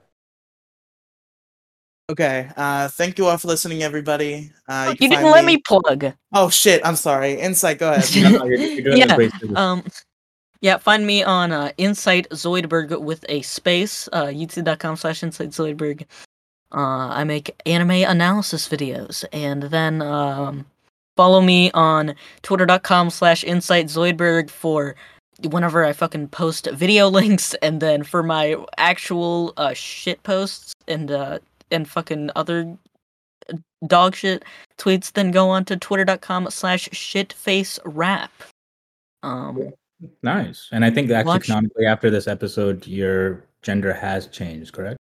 A: Okay. Uh, thank you all for listening, everybody. Uh,
D: you
A: can
D: didn't
A: find
D: let me plug.
A: Oh shit! I'm sorry. Insight. Go ahead.
C: No, no, you're, you're doing
D: Yeah,
C: a great service.
D: Um, yeah, find me on uh, Insight Zoidberg with a space, uh, youtube.com slash Insight Zoidberg. Uh, I make anime analysis videos. And then um, follow me on twitter.com slash Insight Zoidberg for whenever I fucking post video links and then for my actual uh, shit posts and, uh, and fucking other uh, dog shit tweets, then go on to twitter.com slash shitfacerap. Um,
C: Nice. And I think actually
D: Watch-
C: canonically after this episode, your gender has changed, correct?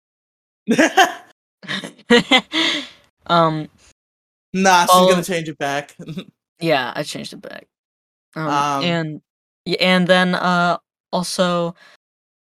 D: um
A: nah, she's
D: Follow-
A: gonna change it back.
D: yeah i changed it back um,
A: Um,
D: and y- and then uh also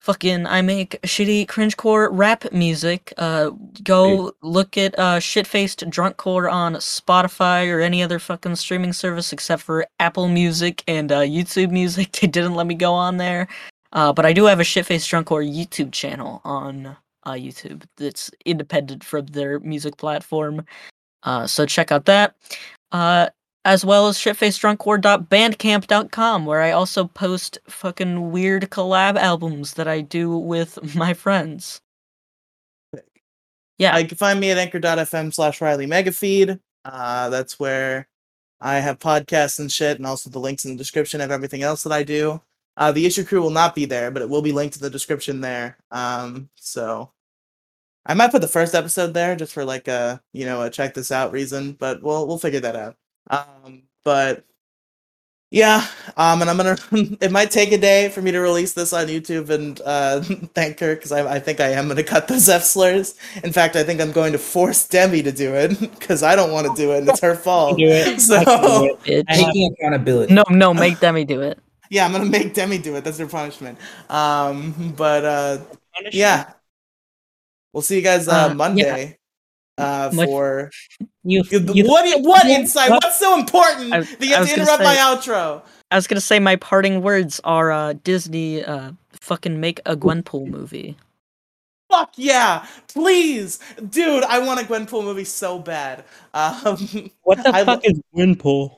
D: fucking i make shitty cringecore rap music uh go look at uh shitfaced drunkcore on spotify or any other fucking streaming service except for apple music and uh youtube music they didn't let me go on there uh but i do have a shitfaced drunkcore youtube channel on uh youtube that's independent from their music platform uh so check out that uh as well as shitfacedrunkcore.bandcamp.com, where I also post fucking weird collab albums that I do with my friends. Yeah,
A: Uh, you can find me at anchor.fm slash Riley Megafeed. Uh, that's where I have podcasts and shit, and also the links in the description of everything else that I do. Uh, the issue crew will not be there, but it will be linked in the description there. Um, so I might put the first episode there just for like a you know a check this out reason, but we'll we'll figure that out. Um, but yeah, um, and I'm gonna. it might take a day for me to release this on YouTube and uh, thank her because I, I think I am gonna cut those F slurs. In fact, I think I'm going to force Demi to do it because I don't want to do it and it's her fault.
B: do it. I can do
A: Oh. So
B: it. I have-
C: Taking accountability.
D: no, no, make Demi do it.
A: yeah, I'm gonna make Demi do it. That's her punishment. Um, but uh, yeah, we'll see you guys
D: Uh,
A: uh,
D: yeah.
A: Monday. Uh,
D: Much-
A: for
B: You, you
A: what? do you- What
B: Yeah,
A: insight?
B: what-
A: What's so important
D: I-
A: that you
D: I
A: have
D: was
A: to
D: gonna
A: interrupt
D: say-
A: my outro?
D: I was gonna say my parting words are uh, Disney uh, fucking make a Gwenpool movie.
A: Fuck yeah! Please, dude, I want a Gwenpool movie so bad. Um,
B: what the
A: I lo-
B: fuck is Winpool?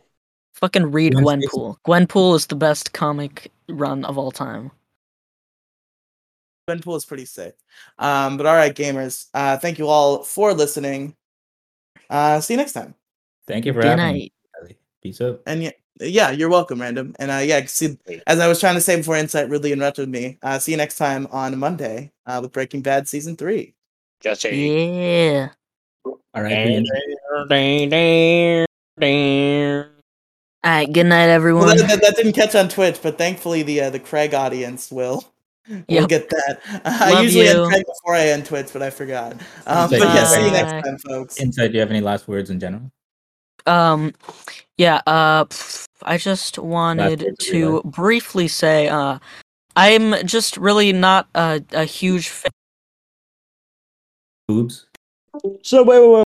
D: Fucking read
C: Gwen Stacy.
D: Gwenpool. Gwenpool is the best comic run of all time.
A: Gwenpool is pretty sick. Um, but all right, gamers, uh, thank you all for listening. Uh, see you next time.
C: Thank you for
D: Good
C: having me.
D: night.
C: Riley. Peace out.
A: And yeah, yeah, you're welcome, random. And uh, yeah, see, as I was trying to say before, Insight rudely interrupted me. Uh, see you next time on Monday uh, with Breaking Bad season three.
G: Just a
D: Yeah.
C: All right.
D: All right. Good night,
A: Well,
D: everyone.
A: that, that- that didn't catch on Twitch, but thankfully the uh, the Craig audience will. will
D: Yep.
A: get that. I
D: Love
A: usually
D: you.
A: end Craig before I end Twitch, but I forgot. Um, but
C: Insight,
A: yeah, see you
D: Bye.
A: next time, folks.
C: Inside, do you have any last words in general?
D: um yeah uh pff, i just wanted
C: words of your
D: to briefly say uh i'm just really not a, a huge fan
C: Boobs.
B: So wait, wait, wait.